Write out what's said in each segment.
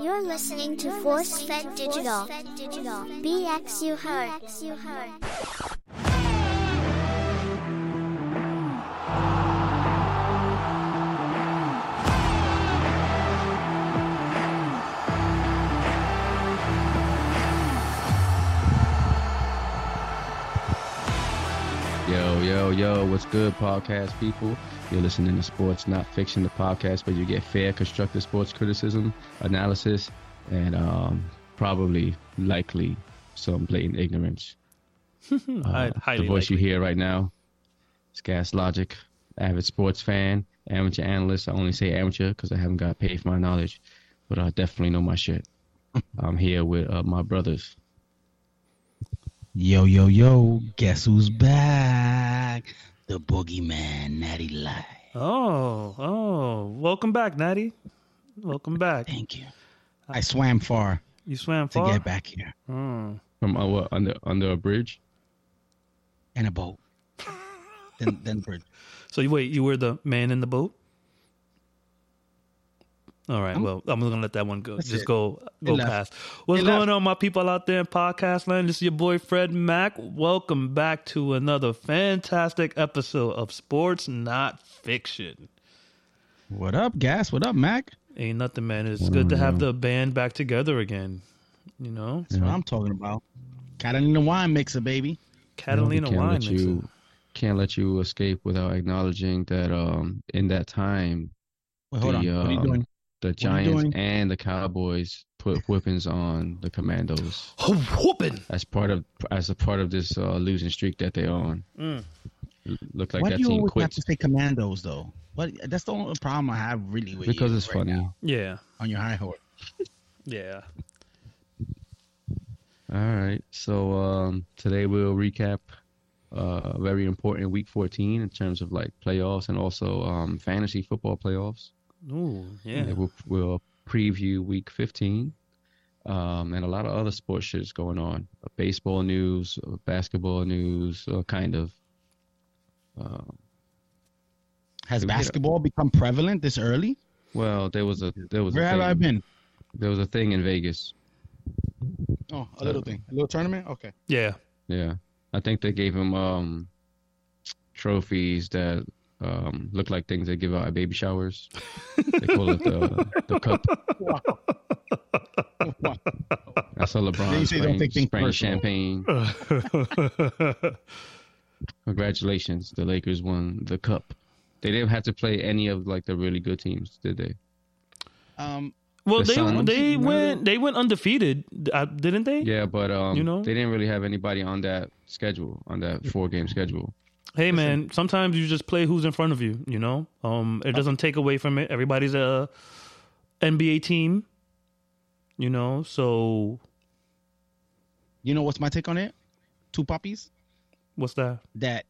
You're listening to Force Fed Digital. BXU Heard. Yo, yo, yo, what's good, podcast people? You're listening to Sports Not Fiction, the podcast where you get fair, constructive sports criticism, analysis, and um, probably, likely, some blatant ignorance. I The highly voice you likely. hear right now is Gas Logic, avid sports fan, amateur analyst. I only say amateur because I haven't got paid for my knowledge, but I definitely know my shit. I'm here with uh, my brothers. Yo, yo, yo, guess who's back? The boogeyman, Natty Light. Oh, oh, welcome back, Natty. Welcome back. Thank you. I swam far You swam to far. get back here Mm. From uh, what, under under a bridge. in a boat. then, then bridge. So you wait, you were the man in the boat. All right, well, I'm gonna let that one go. That's Just it. go, go left. past. What's It going left. on, my people out there in podcast land? This is your boy Fred Mack. Welcome back to another fantastic episode of Sports Not Fiction. What up, Gas? What up, Mac? Ain't nothing, man. It's good to have the band back together again. You know, That's what I'm talking about. Catalina wine mixer, baby. We Catalina wine. let mixer. you can't let you escape without acknowledging that um in that time Wait, hold the on. What are you um, doing? the are you Giants doing? and the Cowboys put whippings on the Commandos Oh, whooping. as part of as a part of this uh, losing streak that they're on. Mm. Look like Why that do you team always have quit to say commandos, though? What? That's the only problem I have really with you because it's right funny. now, Yeah, on your high horse. yeah. All right, so um today we'll recap uh very important week 14 in terms of like playoffs and also um fantasy football playoffs. Ooh, yeah. Yeah, we'll, we'll preview week 15. Um, and a lot of other sports shit is going on. Uh, Baseball news, uh, basketball news, uh, kind of. Uh, Has Yeah. basketball become prevalent this early? well, there was a there was Where a have thing, I been? there was a thing in Vegas. Oh, Uh, a little thing. A little tournament? Okay. Yeah. Yeah, I think they gave him um, trophies that um, look like things they give out at baby showers. they call it the the cup. Wow. Wow. I saw They LeBron say spraying, don't take things spraying personal. champagne. Congratulations, the Lakers won the cup. They didn't have to play any of like the really good teams, did they? Um, well, The they Suns? they went they went undefeated, uh, didn't they? Yeah, but um, You know? they didn't really have anybody on that schedule, on that four game schedule. Hey, man. Sometimes you just play who's in front of you. You know, um, it doesn't take away from it. Everybody's a NBA team. You know, so You know what's my take on it? Two puppies what's that? that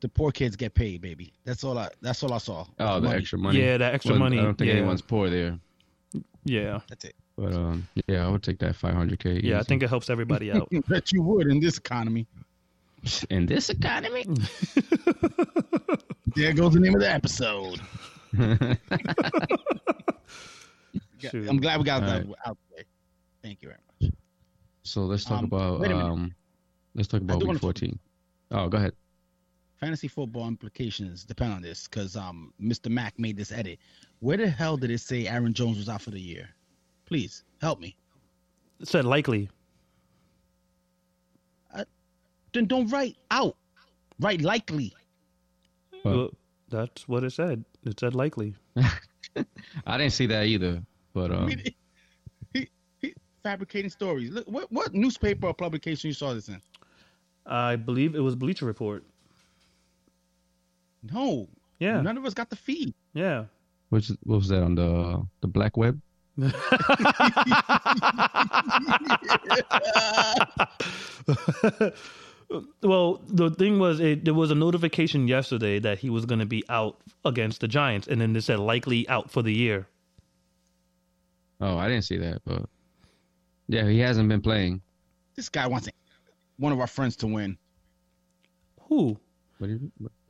the poor kids get paid, baby. That's all I. That's all I saw. Oh, the Money. extra money. Yeah, that extra Well, money. I don't think yeah. anyone's poor there, yeah, That's it. but um, yeah, I would take that 500k. yeah. I easy. think it helps everybody out. that you would in this economy. in this economy. There goes the name of the episode. Shoot. I'm glad we got All that out there. Thank you very much. so let's talk Um, about wait a minute. um, let's talk about do week wanna- 14. Oh, go ahead. Fantasy football implications depend on this because um, Mr. Mack made this edit. Where the hell did it say Aaron Jones was out for the year? Please help me. It said likely. Then don't write out. Write likely. Well- Well, that's what it said. It said likely. I didn't see that either, but I um, mean, he, he, fabricating stories. Look, what what newspaper or publication you saw this in? I believe it was Bleacher Report. No, Yeah, none of us got the feed. yeah. which what was that on the the black web? well, the thing was, it, there was a notification yesterday that he was going to be out against the Giants, and then they said likely out for the year. Oh, I didn't see that, but yeah, he hasn't been playing. This guy wants one of our friends to win. Who? But he,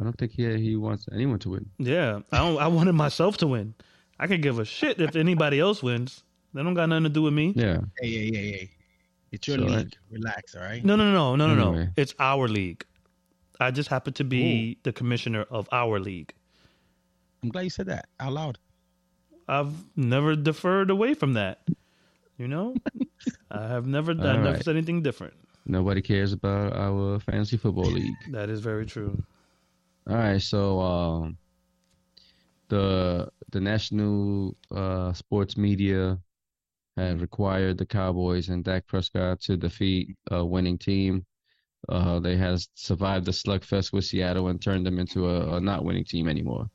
I don't think he he wants anyone to win. Yeah, I don't, I wanted myself to win. I could give a shit if anybody else wins. They don't got nothing to do with me. Yeah. Hey, hey, hey, hey. It's your So, league. like- Relax, all right? No, no, no, no, no, no, no. Anyway. It's our league. I just happen to be the commissioner of our league. I'm glad you said that out loud. I've never deferred away from that. You know, I have never done. All never right. said anything different. Nobody cares about our fantasy football league. That is very true. All right, so um, the the national uh, sports media had required the Cowboys and Dak Prescott to defeat a winning team. Uh, they has survived the slugfest with Seattle and turned them into a, a not winning team anymore.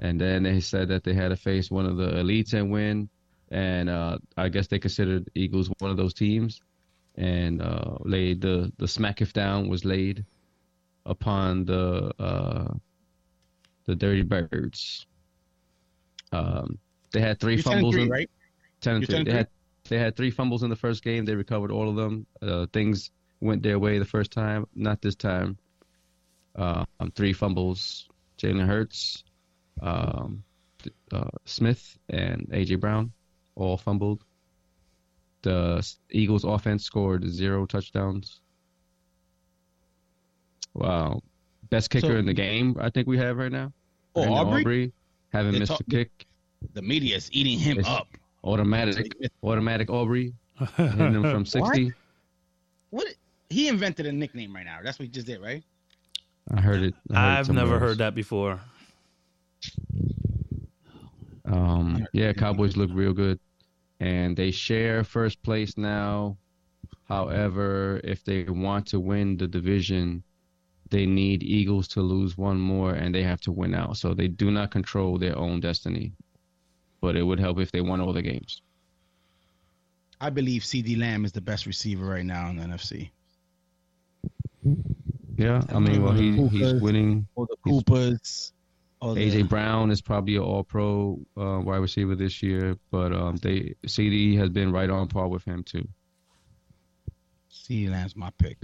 And then they said that they had to face one of the elites and win. And uh, I guess they considered Eagles one of those teams. And uh, laid the the smack if down was laid upon the uh, the Dirty Birds. Um, they had 3 You're 10 and fumbles. three, in- right? 10 and You're three. 10 and They had they had three fumbles in the first game. They recovered all of them. Uh, things went their way the first time, not this time. Uh, um, three fumbles. Jalen Hurts, um, th- uh, Smith, and AJ Brown, all fumbled. The S- Eagles' offense scored zero touchdowns. Wow, best kicker So- in the game I think we have right now. Oh, Brandon Aubrey? haven't They're missed talk- a kick. The media is eating him It's- up. Automatic, automatic Aubrey hitting them from 60. What? He invented a nickname right now. That's what he just did, right? I heard it. I heard it I've somewhere never else. heard that before. Um, yeah, Cowboys look real good, and they share first place now. However, if they want to win the division, they need Eagles to lose one more, and they have to win out. So they do not control their own destiny. But it would help if they won all the games. I believe CD Lamb is the best receiver right now in the NFC. Yeah, I mean, well, he, he's Cooper's- winning. All the Coopers. All the, AJ Brown is probably an All-Pro uh, wide receiver this year, but um, they CD has been right on par with him too. CD Lamb's my pick.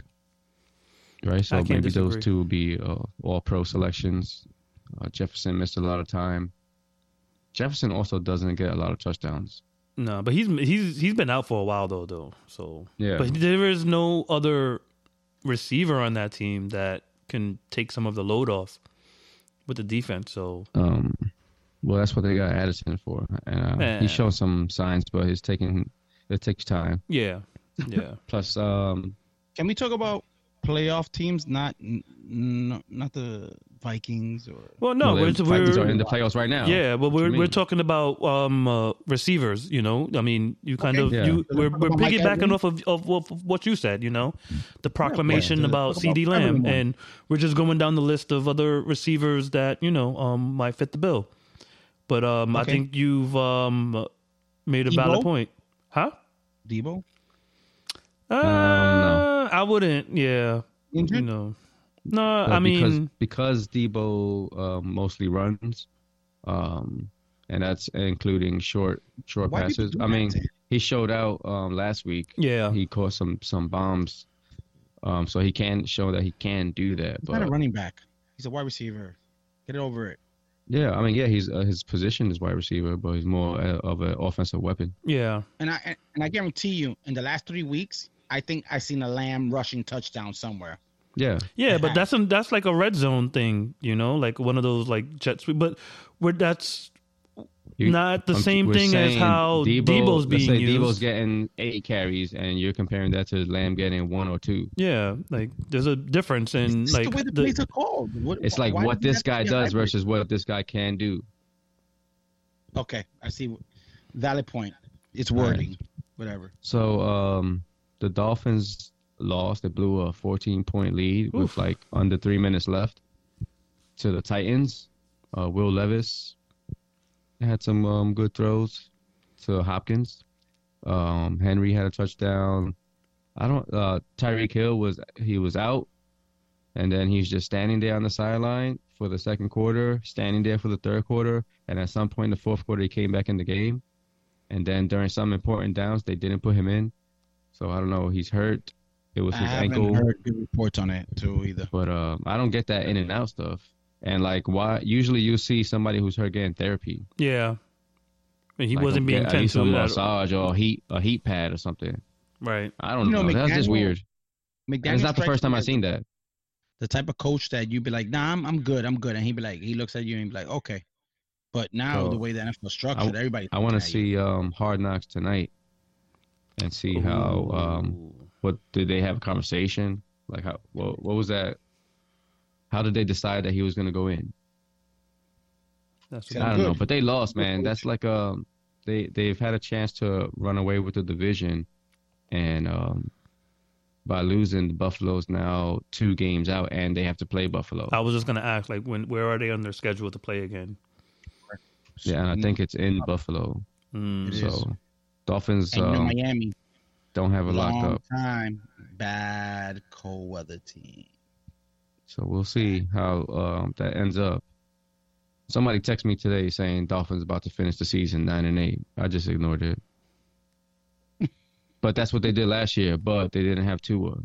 right? So can't maybe disagree. those two will be uh, all pro selections. Uh, Jefferson missed a lot of time. Jefferson also doesn't get a lot of touchdowns. No, but he's he's he's been out for a while though, though. So Yeah. but there is no other receiver on that team that can take some of the load off with the defense. So Um, well, that's what they got Addison for, and uh, Man. he showed some signs, but it's taking it takes time. yeah, yeah. Plus, um, Can we talk about playoff teams? Not, n- n- not the Vikings or Well, no, well, we're, the Vikings are we're in the playoffs right now. yeah, but Oh, What you we're we're mean? talking about um uh, receivers. You know, I mean, you kind Okay. of Yeah. you So we're, let's we're talk about Mike piggybacking Evans. off of, of, of, what you said. You know, the proclamation so let's about talk C.D. about Lamb, everyone. and we're just going down the list of other receivers that you know um might fit the bill. But um, I Okay. think you've um made a Debo? valid point, huh? Debo. Uh, Um, no. I wouldn't. Yeah, you Injured? know, no, I But because, mean, because Debo um, mostly runs, um, and that's including short short Why people passes. do I that mean, to him? he showed out um, last week. Oh. yeah, He caught some some bombs, um, so he can show that he can do that. He's not a But running back. He's a wide receiver. Get over it. yeah, I mean, yeah, he's uh, his position is wide receiver, but he's more uh, of an offensive weapon. yeah. And I and I guarantee you, in the last three weeks, I think I seen a lamb rushing touchdown somewhere. Yeah, Yeah, but Perhaps. that's an, that's like a red zone thing, you know, like one of those like jet sweep. But where that's You- not the I'm- same we're thing as saying how Debo's let's being say used. Debo's getting eight carries, and you're comparing that to Lamb getting one or two. yeah, like there's a difference in It's like the way the, the- plays are called. What- It's why- like why what do you this have to guy be does elaborate? versus what this guy can do. Okay, I see. Valid point. It's wording. Whatever. So um, the Dolphins lost. They blew a 14 point lead with Oof. like under three minutes left to the Titans. Uh, Will Levis had some um, good throws to Hopkins. Um, Henry had a touchdown. I don't. Uh, Tyreek Hill was he was out, and then he's just standing there on the sideline for the second quarter, standing there for the third quarter, and at some point in the fourth quarter he came back in the game. And then during some important downs, they didn't put him in. So I don't know. He's hurt. It was I his haven't ankle. heard good reports on it too either. But uh, I don't get that in and out stuff. And like, why? Usually you see somebody who's hurt getting therapy. yeah, And he Like, wasn't being okay, I need tend to some at- massage or a heat a heat pad or something. Right. I don't You know. know, That's just McDaniel- weird. And it's not the strikes first time me I've as seen that. The type of coach that you'd be like, nah, I'm, I'm good, I'm good. And he'd be like, he looks at you and he'd be like, okay. But now Bro, the way the NFL structured, everybody. I want to looking at you. see um, Hard Knocks tonight and see how um, what did they have a conversation like how what, what was that? How did they decide that he was going to go in? That's I Yeah. what don't good. know, but they lost, Good man. That's like um they they've had a chance to run away with the division, and um by losing, the Buffalo's now two games out, and they have to play Buffalo. Oh, I was just gonna ask, like, when where are they on their schedule to play again? Yeah, and I think it's in Buffalo. Mm. mm-hmm. It is. So Dolphins And you know, um, Miami, don't have a long lockup. time, bad cold weather team. So we'll see how um, that ends up. Somebody texted me today saying Dolphins about to finish the season nine and eight. I just ignored it. but that's what they did last year. But they didn't have Tua. All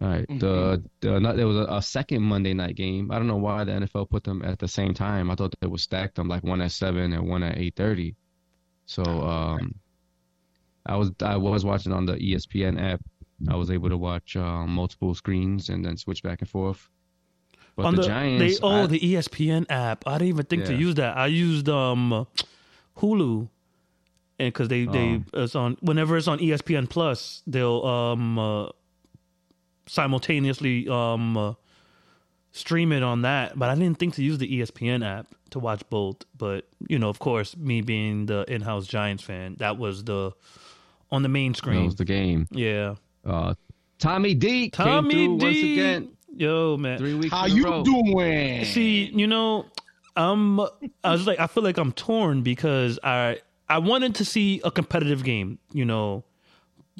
right. The, the not, there was a, a second Monday night game. I don't know why the NFL put them at the same time. I thought they would stack them like one at seven and one at eight thirty. So um, I was I was watching on the E ESPN app. I was able to watch uh, multiple screens and then switch back and forth. But On the, the- Giants, They, oh, I- the ESPN app. I didn't even think to Yeah. use that. I used um, Hulu, and because they they Oh. it's on whenever it's on E ESPN Plus, they'll um uh, simultaneously um uh, stream it on that. But I didn't think to use the E ESPN app to watch both. But you know, of course, me being the in-house Giants fan, that was the on the main that screen. was the game. yeah, Uh, Tommy D Tommy came through D. once again. Yo, man. Three weeks. How in a you row. doing? See, you know, I'm. I was like, I feel like I'm torn because I I wanted to see a competitive game. You know,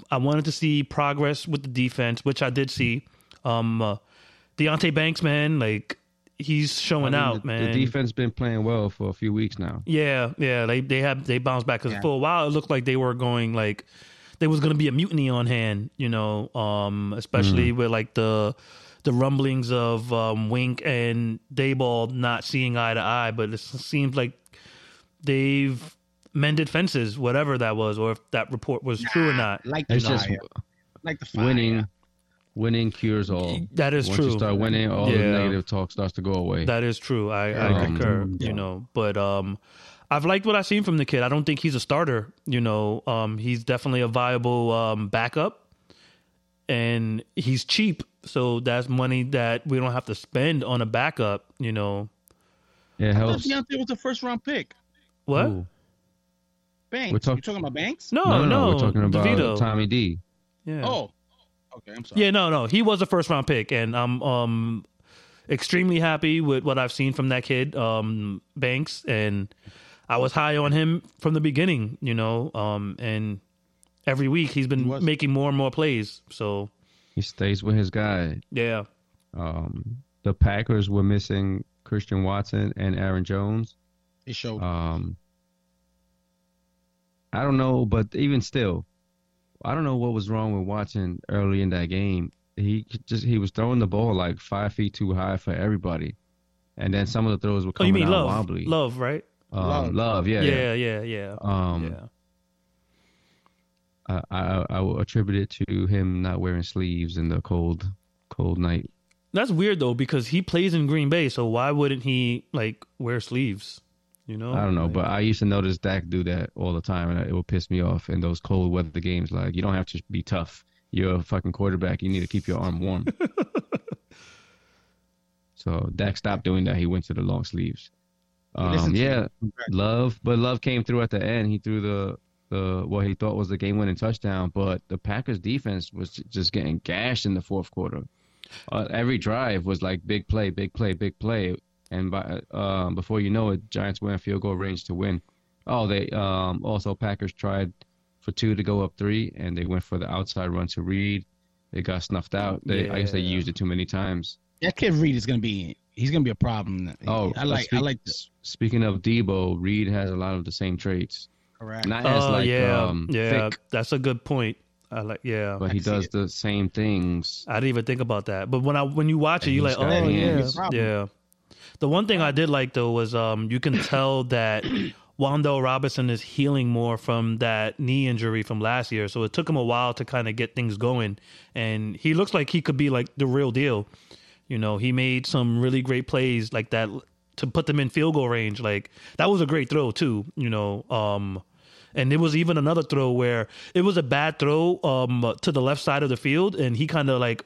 I wanted to see progress with the defense, which I did see. Um, uh, Deontay Banks, man, like he's I showing mean, out, the, man. The defense been playing well for a few weeks now. Yeah, yeah, they they have they bounced back because for a while it looked like they were going like there was going to be a mutiny on hand, you know, um, especially Mm. with like the the rumblings of um, Wink and Dayball not seeing eye to eye, but it seems like they've mended fences, whatever that was, or if that report was true or not. Like the It's just fire. like the fire. winning. Winning cures all. That is Once true. you start winning, all the Yeah. negative talk starts to go away. That is true. I, I Yeah. concur. Yeah. You know, but um, I've liked what I've seen from the kid. I don't think he's a starter. You know, um, he's definitely a viable um, backup, and he's cheap. So that's money that we don't have to spend on a backup. You know it I thought helps. Deontay was the first round pick. what? Ooh. Banks. We're talk- you talking about Banks? No, no, no, we're talking about DeVito. Tommy D. Yeah. Oh. Okay, I'm sorry. yeah, no, no. He was a first round pick, and I'm um extremely happy with what I've seen from that kid, um, Banks, and I was high on him from the beginning, you know, um, and every week he's been He was. making more and more plays. So He stays with his guy. yeah, Oh, Um, the Packers were missing Christian Watson and Aaron Jones. They showed. Um, I don't know, but even still, I don't know what was wrong with Watson early in that game. He just he was throwing the ball like five feet too high for everybody, and then some of the throws were oh, you coming mean out love, wobbly. love, right? um, Love. love, yeah, yeah. Yeah, yeah, yeah, Um, yeah. I, I I will attribute it to him not wearing sleeves in the cold cold night. That's weird though because he plays in Green Bay, so why wouldn't he like wear sleeves? You know, I don't know, Like, but I used to notice Dak do that all the time, and it would piss me off in those cold weather games. Like, you don't have to be tough. You're a fucking quarterback. You need to keep your arm warm. so Dak stopped doing that. He went to the long sleeves. Listen Um, to yeah, you. Congrats. love, but love came through at the end. He threw the the what he thought was the game winning touchdown, but the Packers defense was ju- just getting gashed in the fourth quarter. Uh, every drive was like big play, big play, big play, and by uh, before you know it, Giants were in field goal range to win. Oh, they um, also Packers tried for two to go up three, and they went for the outside run to Reed. They got snuffed out. They, I guess they Yeah. used it too many times. That kid Reed is gonna be. He's gonna be a problem. Oh, I like. I speak- like. This. Speaking of Debo, Reed has a lot of the same traits. Correct. Not as oh like yeah, um, yeah, thick, that's a good point. I like yeah. but I he can see does it. the same things. I didn't even think about that. But when I when you watch it, And you're like, he's oh got yeah, hands. yeah. The one thing I did like though was um, you can tell that Wando Robinson is healing more from that knee injury from last year, so it took him a while to kind of get things going, and he looks like he could be like the real deal. You know, he made some really great plays like that to put them in field goal range. Like that was a great throw too. You know, um, and it was even another throw where it was a bad throw um, to the left side of the field, and he kind of like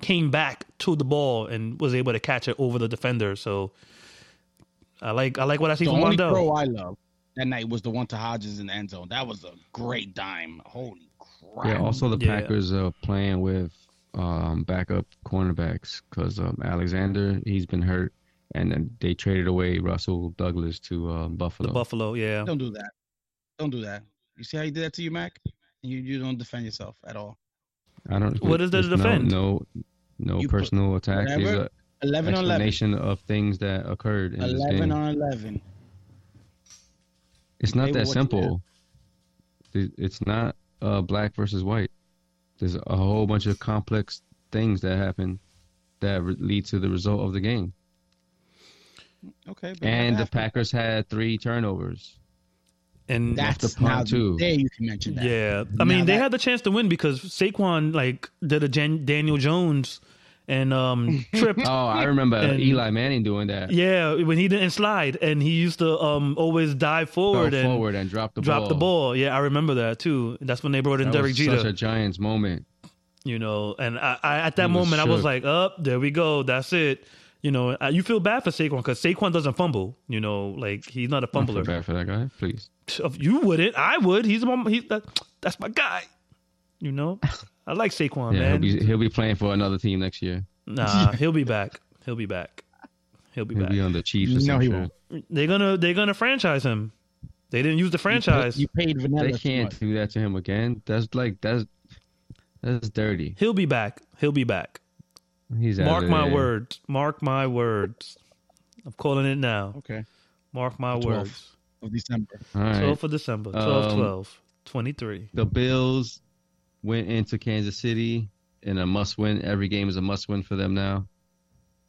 came back to the ball and was able to catch it over the defender. So I like I like what I see The from only Wando. pro I love that night was the one to Hodges in the end zone. That was a great dime. Holy crap! Yeah, also the Yeah. Packers are playing with um, backup cornerbacks because um, Alexander he's been hurt, and then they traded away Russell Douglas to um, Buffalo. the Buffalo, yeah. Don't do that. Don't do that. You see how you did that to you, Mac? You you don't defend yourself at all. I don't. What is there to there's no- defend? No, no, You put personal attacks. There's whatever a Eleven on eleven. explanation of things that occurred in this Eleven game. on eleven. it's they not that watch simple. It- It's not uh, black versus white. There's a whole bunch of complex things that happen that re- lead to the result of the game. Okay. but And the that- Packers had three turnovers. And the That's punt, now too. there you can mention that. yeah, I Now mean they that- had the chance to win because Saquon like did a Jan- Daniel Jones and um tripped. Oh, I remember And- Eli Manning doing that. Yeah, when he didn't slide and he used to um always dive Fell forward and forward and dropped the drop ball. the ball. Yeah, I remember that too. That's when they brought in That Derek was Jeter. such a Giants moment. you know. And I, I at that He was moment, I was shook. like, "Up, there we go, that's it." You know, I, you feel bad for Saquon because Saquon doesn't fumble. You know, like he's not a Don't feel fumbler. bad for that guy, please. You wouldn't. I would. He's my. He's that, that's my guy. You know, I like Saquon, yeah, he'll man. be, he'll be playing for another team next year. nah, he'll be back. He'll be back. He'll be He'll back. be on the Chiefs. Or No, some he shit. won't. They're gonna they're gonna franchise him. They didn't use the franchise. You paid Vanilla. They can't do that to him again. That's like that's that's dirty. He'll be back. He'll be back. He's Mark outta my there. words. Mark my words. I'm calling it now. Okay. Mark my The 12th. words. Of December. All right. Um, 12 for December. 12 12. 23. the Bills went into Kansas City in a must win. Every game is a must win for them now.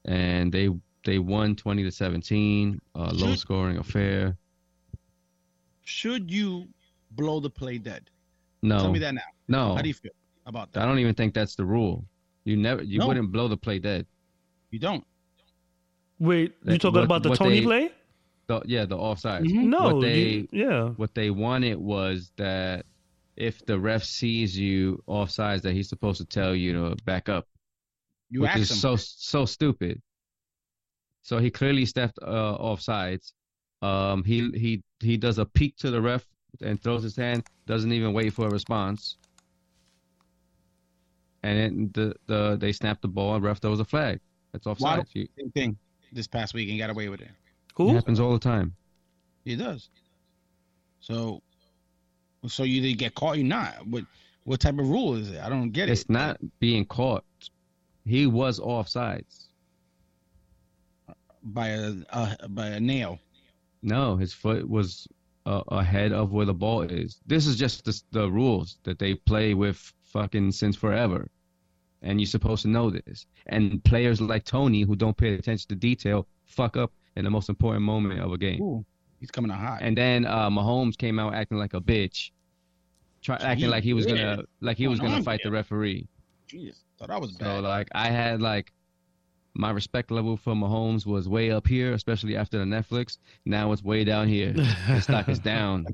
And they they won 20 to 17, uh, low Should- scoring affair. Should you blow the play dead? Tell No. me that now. No. How do you feel about I that? don't even think that's the rule. You never you No. wouldn't blow the play dead. You don't. Wait, you That- talking what- about the what Tony they- play? The, yeah, the offside. Mm-hmm. What No. you- they yeah. what they wanted was that if the ref sees you offsides that he's supposed to tell you to back up. You which asked is him. so so stupid. So he clearly stepped uh, off sides. Um, he he he does a peek to the ref and throws his hand. Doesn't even wait for a response. And then the, the they snapped the ball and ref throws a flag. That's offside. You, Same thing this past week and got away with it. it Who? happens all the time. He does. So, so you didn't get caught. You not. What what type of rule is it? I don't get it. It's not being caught. He was offsides. by a, a by a nail. No, his foot was uh, ahead of where the ball is. This is just the, the rules that they play with fucking since forever. And you're supposed to know this. And players like Tony, who don't pay attention to detail, fuck up in the most important moment of a game. Ooh, he's coming out hot. And then uh, Mahomes came out acting like a bitch, try, acting like he was gonna like he was Going gonna on fight the here? referee. Jesus, thought I was bad. So like I had like my respect level for Mahomes was way up here, especially after the Netflix. Now it's way down here. The stock is down.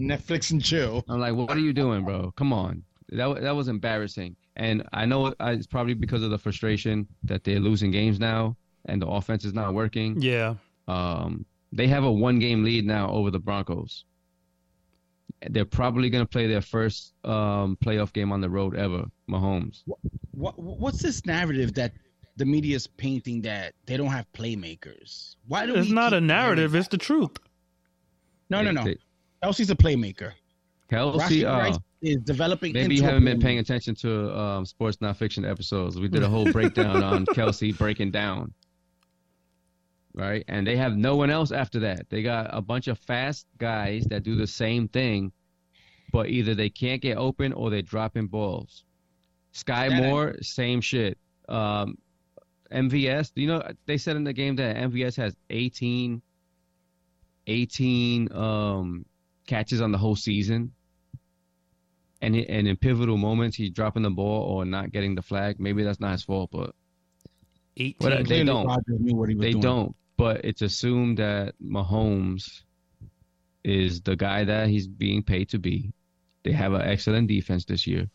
Netflix and chill. I'm like, what are you doing, bro? Come on. That wa- that was embarrassing. And I know I- it's probably because of the frustration that they're losing games now and the offense is not working. Yeah. Um, they have a one game lead now over the Broncos. They're probably going to play their first um, playoff game on the road ever, Mahomes. What what's this narrative that the media is painting that they don't have playmakers? Why do It's we not keep a narrative, it's the truth. No, no, They- no. they- Kelsey's a playmaker. Kelsey, Rashi Rice uh, is developing. maybe into you a haven't been playmaker. paying attention to um, sports non fiction episodes. We did a whole breakdown on Kelsey breaking down. Right? And they have no one else after that. They got a bunch of fast guys that do the same thing, but either they can't get open or they're dropping balls. Sky That I- Moore, same shit. Um, MVS, you know, they said in the game that MVS has 18, 18 um, catches on the whole season. And, he, and in pivotal moments, he's dropping the ball or not getting the flag. Maybe that's not his fault, but 18. But they Clearly don't. Rodgers knew what he was They doing. don't, but it's assumed that Mahomes is the guy that he's being paid to be. They have an excellent defense this year.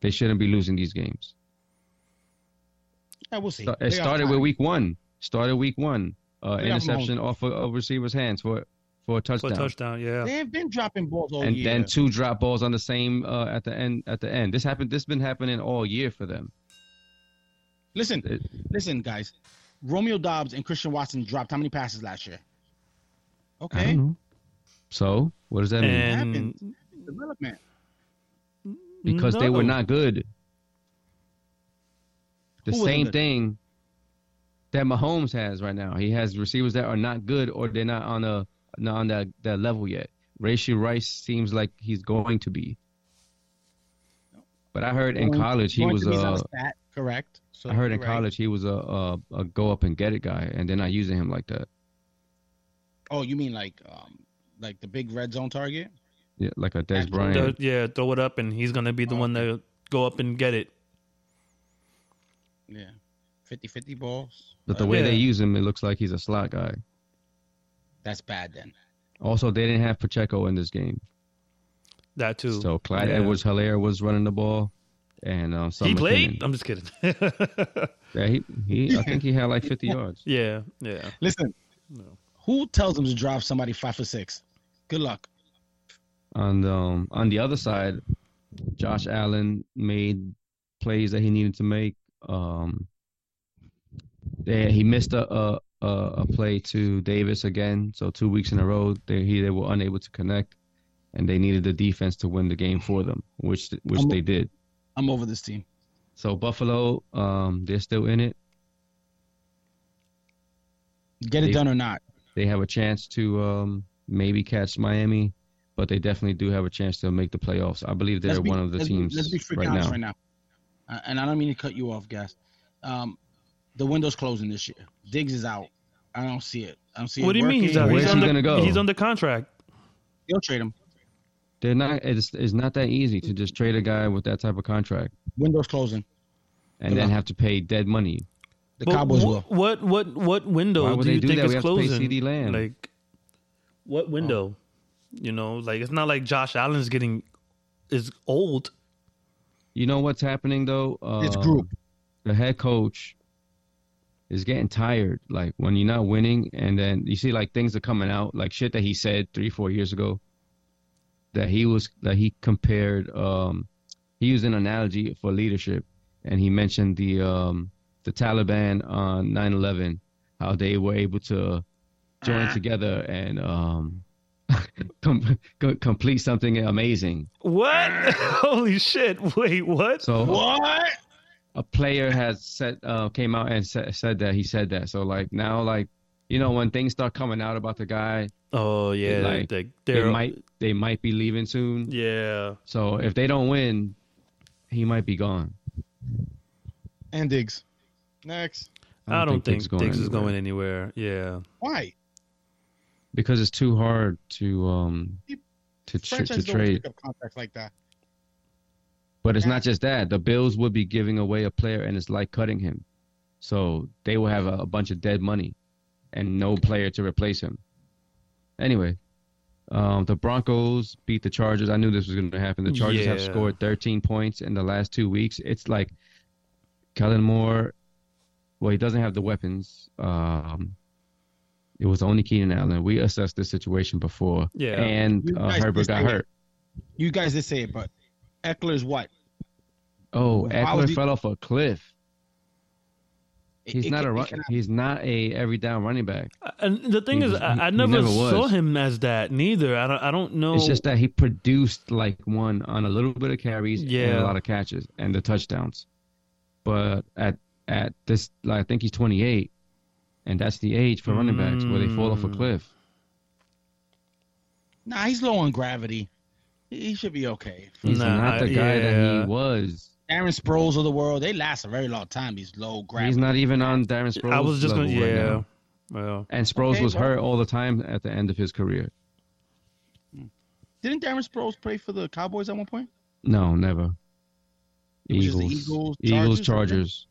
They shouldn't be losing these games. Yeah, we'll see. It started with week one. Started week one. Uh, They got interception off of, of receiver's hands for for a for touchdown, a touchdown. Yeah. They've been dropping balls all and year. then two drop balls on the same uh, at the end. At the end, this happened. This been happening all year for them. listen, It- listen, guys. Romeo Dobbs and Christian Watson dropped how many passes last year? I Okay, don't know. So what does that mean? And happens. development. because they were No. not good. The Who wasn't same good? thing that Mahomes has right now. He has receivers that are not good or they're not on a not on that, that level yet. Rashi Rice seems like he's going to be. But I heard in Going- college he going was to be not a. stat, correct. So I heard in you're right. college he was a, a a go up and get it guy, and they're not using him like that. Oh, you mean like um like the big red zone target? Yeah, like a Des Actually, Throw- Bryant. yeah, throw it up, and he's gonna be the one that go up and get it. Yeah. 50-50 balls. But the way they Yeah. use him, it looks like he's a slot guy. That's bad then. Also, they didn't have Pacheco in this game. That too. So Clyde Yeah. Edwards Hilaire was running the ball, and um, he Summer played. came I'm just kidding. in. Yeah, he, he I think he had like 50 yards. yeah, yeah. Listen, No. who tells them to drop somebody five for six? Good luck. On the, um, on the other side, Josh Allen made plays that he needed to make. Um, they, he missed a, a a a play to Davis again. So two weeks in a row, they he, they were unable to connect, and they needed the defense to win the game for them, which which I'm- they did. I'm over this team. So Buffalo, um, they're still in it. Get it They- done or not. they have a chance to um, maybe catch Miami, but they definitely do have a chance to make the playoffs. I believe they're Let's be- one of the let's be- teams Let's be freaking right honest now. right now. Uh, and I don't mean to cut you off, guys. Um, the window's closing this year. Diggs is out. I don't see it. I don't see What it do you mean? He's, working. out- Where's he's he under, gonna go? He's under contract. They'll trade him. They're not. It's, it's not that easy to just trade a guy with that type of contract Window's closing. and Yeah. then have to pay dead money. The But Cowboys wh- will. What what what Why window would do they you do think that? is We have to pay closing? CeeDee Lamb. Like what window? You know, like it's not like Josh Allen's getting is old. You know what's happening though? Uh, It's group. The head coach is getting tired. Like when you're not winning, and then you see like things are coming out, like shit that he said three, four years ago. That he was that he compared. Um, he used an analogy for leadership, and he mentioned the um, the Taliban on 9/11, how they were able to join together and um, com- co- complete something amazing. What? Holy shit! Wait, what? So What? a player has said uh, came out and sa- said that he said that. So like now, like you know, when things start coming out about the guy, oh yeah, Like, like, they they're might they might be leaving soon. yeah. So if they don't win, he might be gone. And Diggs. Next. I don't, think, Diggs going Diggs is anywhere. going anywhere. Yeah. Why? because it's too hard to um to tr- to Franchise don't trade. pick up contracts like that. But it's not just that. The Bills would be giving away a player, and it's like cutting him. So they will have a, a bunch of dead money, and no player to replace him. Anyway, um, the Broncos beat the Chargers. I knew this was going to happen. The Chargers have Yeah. scored 13 points in the last two weeks. It's like Kellen Moore. Well, he doesn't have the weapons. Um, it was only Keenan Allen. We assessed this situation before, Yeah. and You uh, guys Herbert just got think- hurt. You guys did say it, but Eckler's what? Oh, Well, how Eckler did- fell off a cliff. It- He's it not can- a it run, cannot- he's not a every down running back. And the thing He is, was- I, I he never, never was. saw him as that neither. I don't. I don't know. It's just that he produced like one on a little bit of carries and Yeah. a lot of catches and the touchdowns. But at at this, like, I think he's 28, and that's the age for running backs where they fall off a Mm. cliff. Nah, he's low on gravity. He he should be okay. He's Nah, not the guy that yeah. he was. Darren Sproles of the world, they last a very long time. These low grab. He's not even on Darren Sproles. I was just level gonna, right yeah, now. well, and Sproles Okay, was well- hurt all the time at the end of his career. Didn't Darren Sproles play for the Cowboys at one point? No, never. It was just Eagles, the Eagles, Eagles, Chargers. Chargers,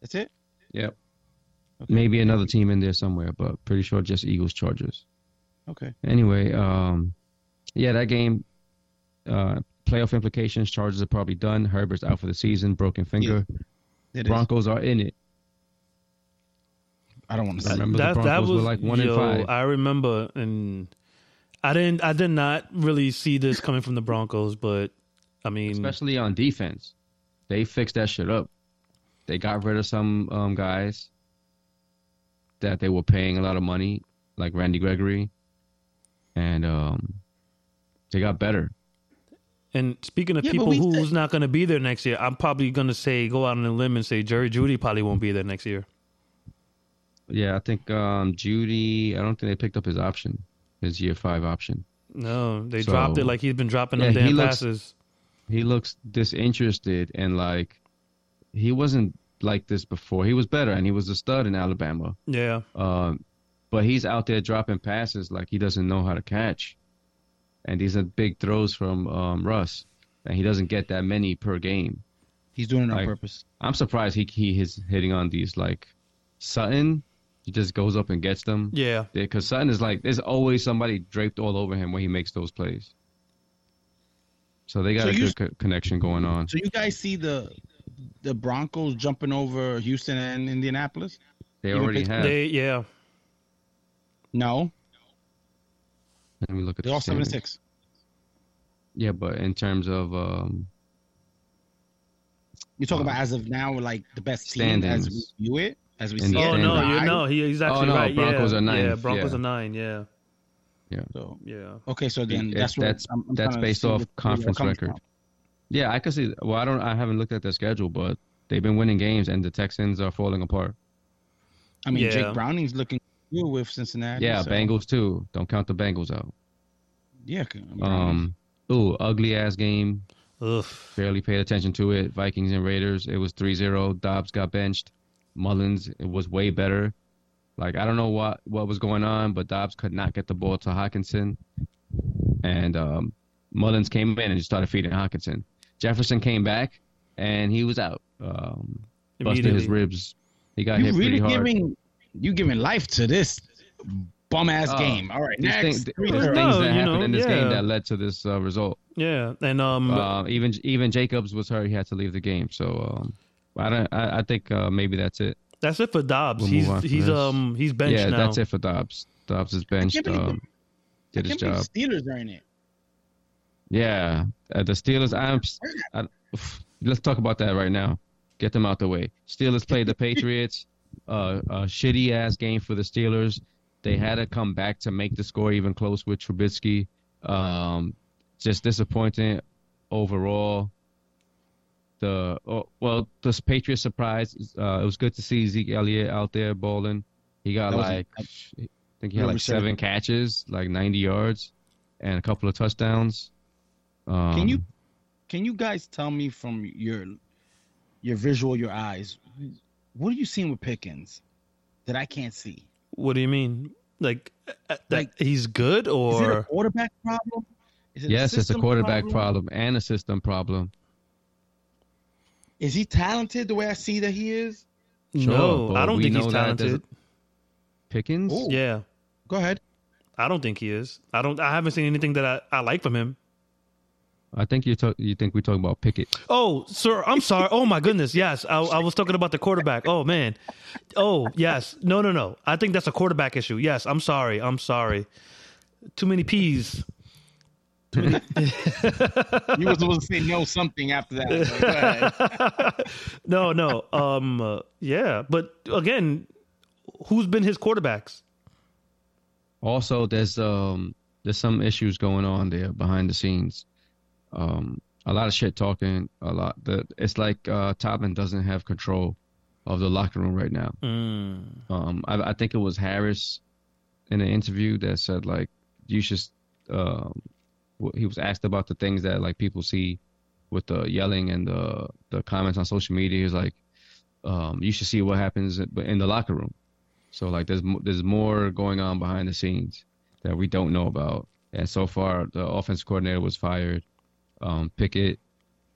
That's it. Yep. Maybe another team in there somewhere, but pretty sure just Eagles, Chargers. Okay. Anyway, um, yeah, that game, uh, playoff implications. Chargers are probably done. Herbert's out for the season, broken finger. It is. Broncos are in it. I don't want to I see. remember the Broncos were like one and yo, five. I remember, and I didn't, I did not really see this coming from the Broncos, but I Mm. mean, especially on defense. They fixed that shit up. They got rid of some um, guys that they were paying a lot of money, like Randy Gregory, and um, they got better. and speaking of Yeah, but people we who's said- not going to be there next year, I'm probably going to say go out on a limb and say Jerry Judy probably won't be there next year. Yeah, I think um, Judy. I don't think they picked up his option, his year five option. No, they So- dropped it like he's been dropping Yeah, them he damn looks- passes. He looks disinterested and like he wasn't like this before. He was better and he was a stud in Alabama. Yeah, Um, but he's out there dropping passes like he doesn't know how to catch. And these are big throws from um, Russ, and he doesn't get that many per game. He's doing it on Like- purpose. I'm surprised he he is hitting on these like Sutton. He just goes up and gets them yeah. because Sutton is like there's always somebody draped all over him when he makes those plays. So they got So a you- good co- connection going on. So you guys see the the Broncos jumping over Houston and Indianapolis? They you don't already think have. They, yeah, No, Let me look at they're the all seven and standings. six. Yeah, but in terms of um, You're talking Wow. about as of now, like the best team as we Standings. view it, as we In see the it. Oh And no, nine. you no, he, he's actually Oh, no, right. Broncos yeah, are ninth, Yeah, Broncos yeah. are nine. Yeah, So, yeah. okay, so then It- that's what that's- I'm, I'm that's trying to based see off where- where it all conference comes record. from. Yeah, I could see. Well, I don't. I haven't looked at their schedule, but they've been winning games, and the Texans are falling apart. I mean, Yeah. Jake Browning's looking good with Cincinnati. yeah, so- Bengals too. Don't count the Bengals out. Yeah, I mean, Um, ooh, ugly ass game. Ugh. Barely paid attention to it. Vikings and Raiders. It was 3-0. Dobbs got benched. Mullins it was way better. Like I don't know what what was going on, but Dobbs could not get the ball to Hawkinson, and um, Mullins came in and just started feeding Hawkinson. Jefferson came back, and he was out. Um, busted Immediately. his ribs. He got you hit really pretty hard. giving you giving life to this bum ass Oh, game. All right, These next. things, Three there's zero. things No, that you happened know, in this yeah. game that led to this uh, result. Yeah, and um, Um, even even Jacobs was hurt; he had to leave the game. So um, I don't. I, I think uh, maybe that's it. that's it for Dobbs. we'll move he's on from he's this. um he's benched yeah, now. that's it for Dobbs. Dobbs is benched. believe Um, I did his can't believe job. Steelers are in it. Yeah, uh, the Steelers. I'm. I, oof, let's talk about that right now. Get them out the way. Steelers played the Patriots. Uh, a shitty ass game for the Steelers. They had to come back to make the score even close with Trubisky. Um, just disappointing overall. The oh, well, this Patriots surprise. Uh, it was good to see Zeke Elliott out there bowling. He got That was- like, I think he had Number like seven. seven catches, like ninety yards, and a couple of touchdowns. Um, Can you can you guys tell me from your your visual, your eyes, what are you seeing with Pickens that I can't see? What do you mean? Like, uh, uh, that Like- he's good Is it a or quarterback problem? Is it Yes, it's a system quarterback problem? and a system problem. Is he talented the way I see that he is? Sure, no? but I don't we think he's know that talented. Pickens? Ooh. Yeah, Go ahead. I don't think he is. I don't. I haven't seen anything that I, I like from him. I think you talk, you think we're talking about Pickett. Oh, sir, I'm sorry. Oh my goodness, yes, I, I was talking about the quarterback. Oh man, oh yes, no, no, no. I think that's a quarterback issue. Yes, I'm sorry. I'm sorry. Too many peas. You were supposed to say no something after that. but go ahead. no, no. Um, uh, yeah, but again, who's been his quarterbacks? Also, there's um there's some issues going on there behind the scenes. Um, a lot of shit talking. A lot. The it's like uh, Tobin doesn't have control of the locker room right now. Mm. Um, I, I think it was Harris in an interview that said like you should. Um, wh- he was asked about the things that like people see with the yelling and the the comments on social media is like, um, you should see what happens in the locker room. So like, there's mo- there's more going on behind the scenes that we don't know about. And so far, the offense coordinator was fired. Um, Pickett,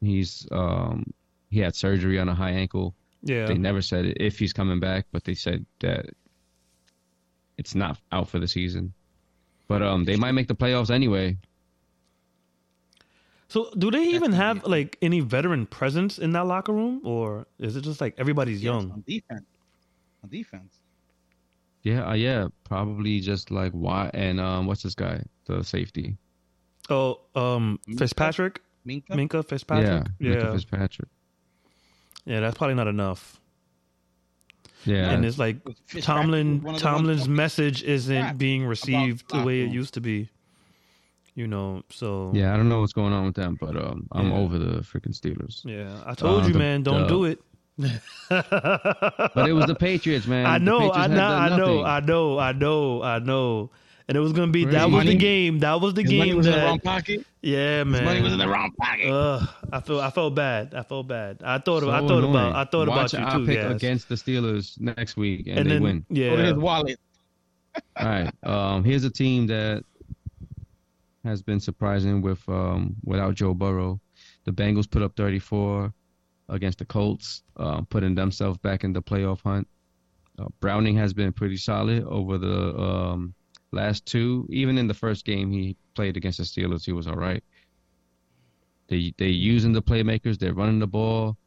he's um, he had surgery on a high ankle. Yeah. They never said if he's coming back, but they said that it's not out for the season. But um, they might make the playoffs anyway. So, do they even have like any veteran presence in that locker room, or is it just like everybody's Yes, young? on defense. On defense. Yeah, uh, yeah, probably just like why and um, what's this guy, the safety? Oh, um, Minka? Fitzpatrick, Minka. Minka Fitzpatrick. Yeah, Micah Yeah, yeah, Fitzpatrick. that's probably not enough. Yeah, And it's like Fitzpatrick Tomlin. was one of the ones Tomlin's talking message crap isn't being received the locker way it room. used to be. You know, so yeah. I don't know what's going on with them, but um, I'm Yeah. over the freaking Steelers. yeah. I told Uh, you, the- man, the- don't do it. But it was the Patriots, man. I The know, Patriots I had know, done I know, nothing. I know, I know, I know. And it was gonna be Right. that His was the money- game. That was the His game money was in the that- wrong pocket. yeah, man. His money was in the wrong pocket. Ugh, I feel I felt bad. I felt bad. I thought So I thought annoying. about I thought Watch about our you too. pick Yes. against the Steelers next week, and, and they then win. Go to yeah, his wallet. All right. Um, here's a team that has been surprising with um, without Joe Burrow. The Bengals put up 34 against the Colts, uh, putting themselves back in the playoff hunt. Uh, Browning has been pretty solid over the um, last two. Even in the first game he played against the Steelers, he was all right. They they using the playmakers. They're running the ball.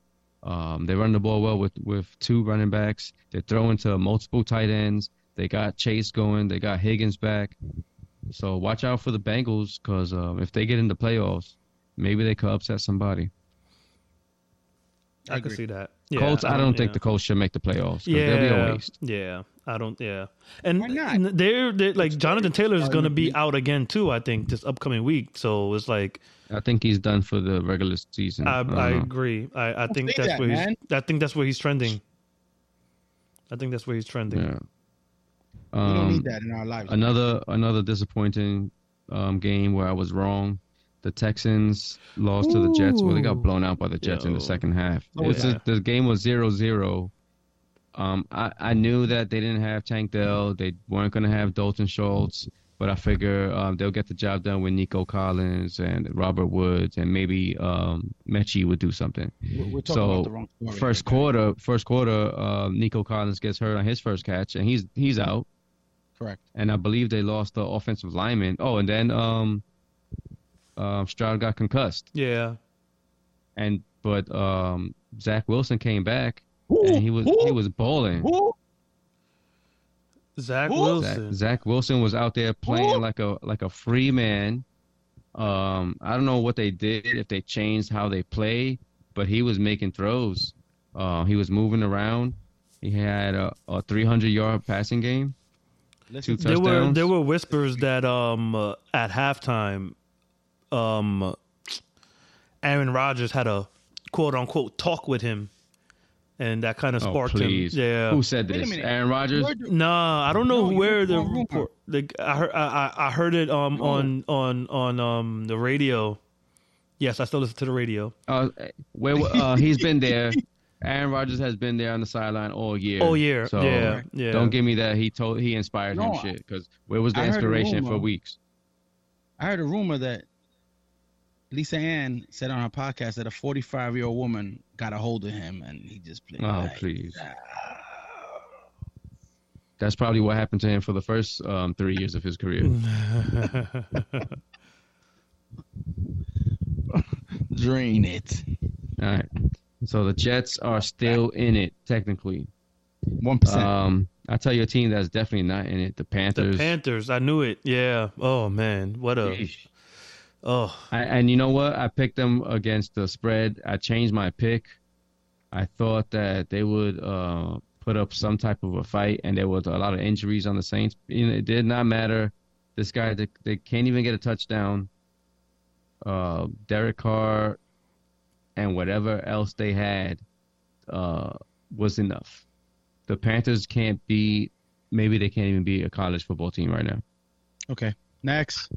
Um, they run the ball well with with two running backs. They're throwing to multiple tight ends. They got Chase going. They got Higgins back. So watch out for the Bengals because um, if they get in the playoffs, maybe they could upset somebody. I I could agree. see that. Yeah, Colts, I don't think yeah. the Colts should make the playoffs. 'cause Yeah, they'll be a waste. yeah. I don't. Yeah, and Why not? n- they're, they're like Jonathan Taylor is Why going to would be you- out again too. I think this upcoming week. So it's like I think he's done for the regular season. I, Mm, don't I know. agree. I, I think say that's that, where he's, man. I think that's where he's trending. I think that's where he's trending. Yeah. we Um, don't need that in our lives. Another another disappointing um, game where I was wrong. The Texans lost to the Jets. Well, they Ooh. got blown out by the Jets in Yo. the second half. Oh, It's yeah. just- the game was 0-0. Um, I, I knew that they didn't have Tank Dell. They weren't going to have Dalton Schultz. But I figure um, they'll get the job done with Nico Collins and Robert Woods and maybe um, Mechie would do something We're, we're talking so, about the wrong story. first here, guys. quarter, first quarter, uh, Nico Collins gets hurt on his first catch, and he's he's out. Correct. And I believe they lost the offensive lineman. Oh, and then um, um, Stroud got concussed, Yeah. and but um, Zach Wilson came back, Who? and he was Who? he was bowling. Who? Zach Who? Zach, Wilson. Zach Wilson was out there playing Who? like a like a free man. Um, I don't know what they did if they changed how they play, but he was making throws. Uh, he was moving around. He had a, a 300 yard passing game. Listen, Two There were touchdowns. there were whispers that um uh, at halftime, um, Aaron Rodgers had a quote unquote talk with him, and that kind of Oh, sparked him. please. Yeah. Who said Wait a this? minute. Aaron Rodgers. where do- Nah, I don't know No, you where the wrong rumor. report. Like I heard, I, I I heard it um on on on um the radio. Yes, I still listen to the radio. Uh, where uh, he's been there. Aaron Rodgers has been there on the sideline all year. All year. So Oh, Yeah, yeah. Don't give me that he told he inspired No, him shit because where was the I heard a inspiration for rumor. weeks? I heard a rumor that Lisa Ann said on her podcast that a 45 year old woman got a hold of him and he just played. Oh like, "Ah, please. That's probably what happened to him for the first um, three years of his career. Mm. Drain it. All right. So the Jets are still in it technically. 1%. Um, I tell you a team that's definitely not in it. The the Panthers. Panthers, I knew it. Yeah. Oh man, what a Yeesh. oh I, and you know what? I picked them against the spread. I changed my pick. I thought that they would uh, put up some type of a fight, and there was a lot of injuries on the Saints. You know, It did not matter. This guy, they, they can't even get a touchdown. Uh, Derek Carr and whatever else they had uh, was enough. The Panthers can't be. Maybe they can't even be a college football team right now. okay. Next.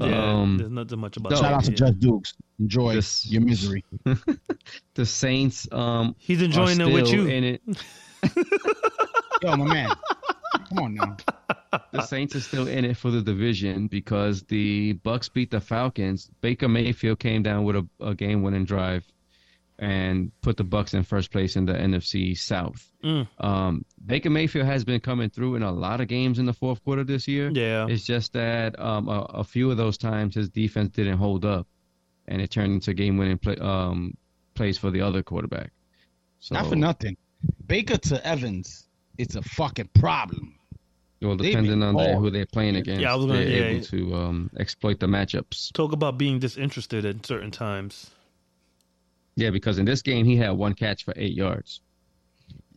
Yeah, Um, there's not too much about no. that. Shout out to Yeah. Judge Dukes. Enjoy This- your misery. the Saints um He's are enjoying it with still you. in it. Yo, my man. Come on now. The Saints are still in it for the division because the Bucks beat the Falcons. Baker Mayfield came down with a, a game winning drive and put the Bucks in first place in the NFC South. Mm. Um, Baker Mayfield has been coming through in a lot of games in the fourth quarter this year. Yeah. It's just that um, a, a few of those times his defense didn't hold up, and it turned into game winning play, um, plays for the other quarterback. So, Not for nothing. Baker to Evans, it's a fucking problem. Well, They've depending been on the, hard. who they're playing against, I was gonna- they're yeah, able yeah. to um, exploit the matchups. Talk about being disinterested at certain times. Yeah, because in this game he had one catch for eight yards.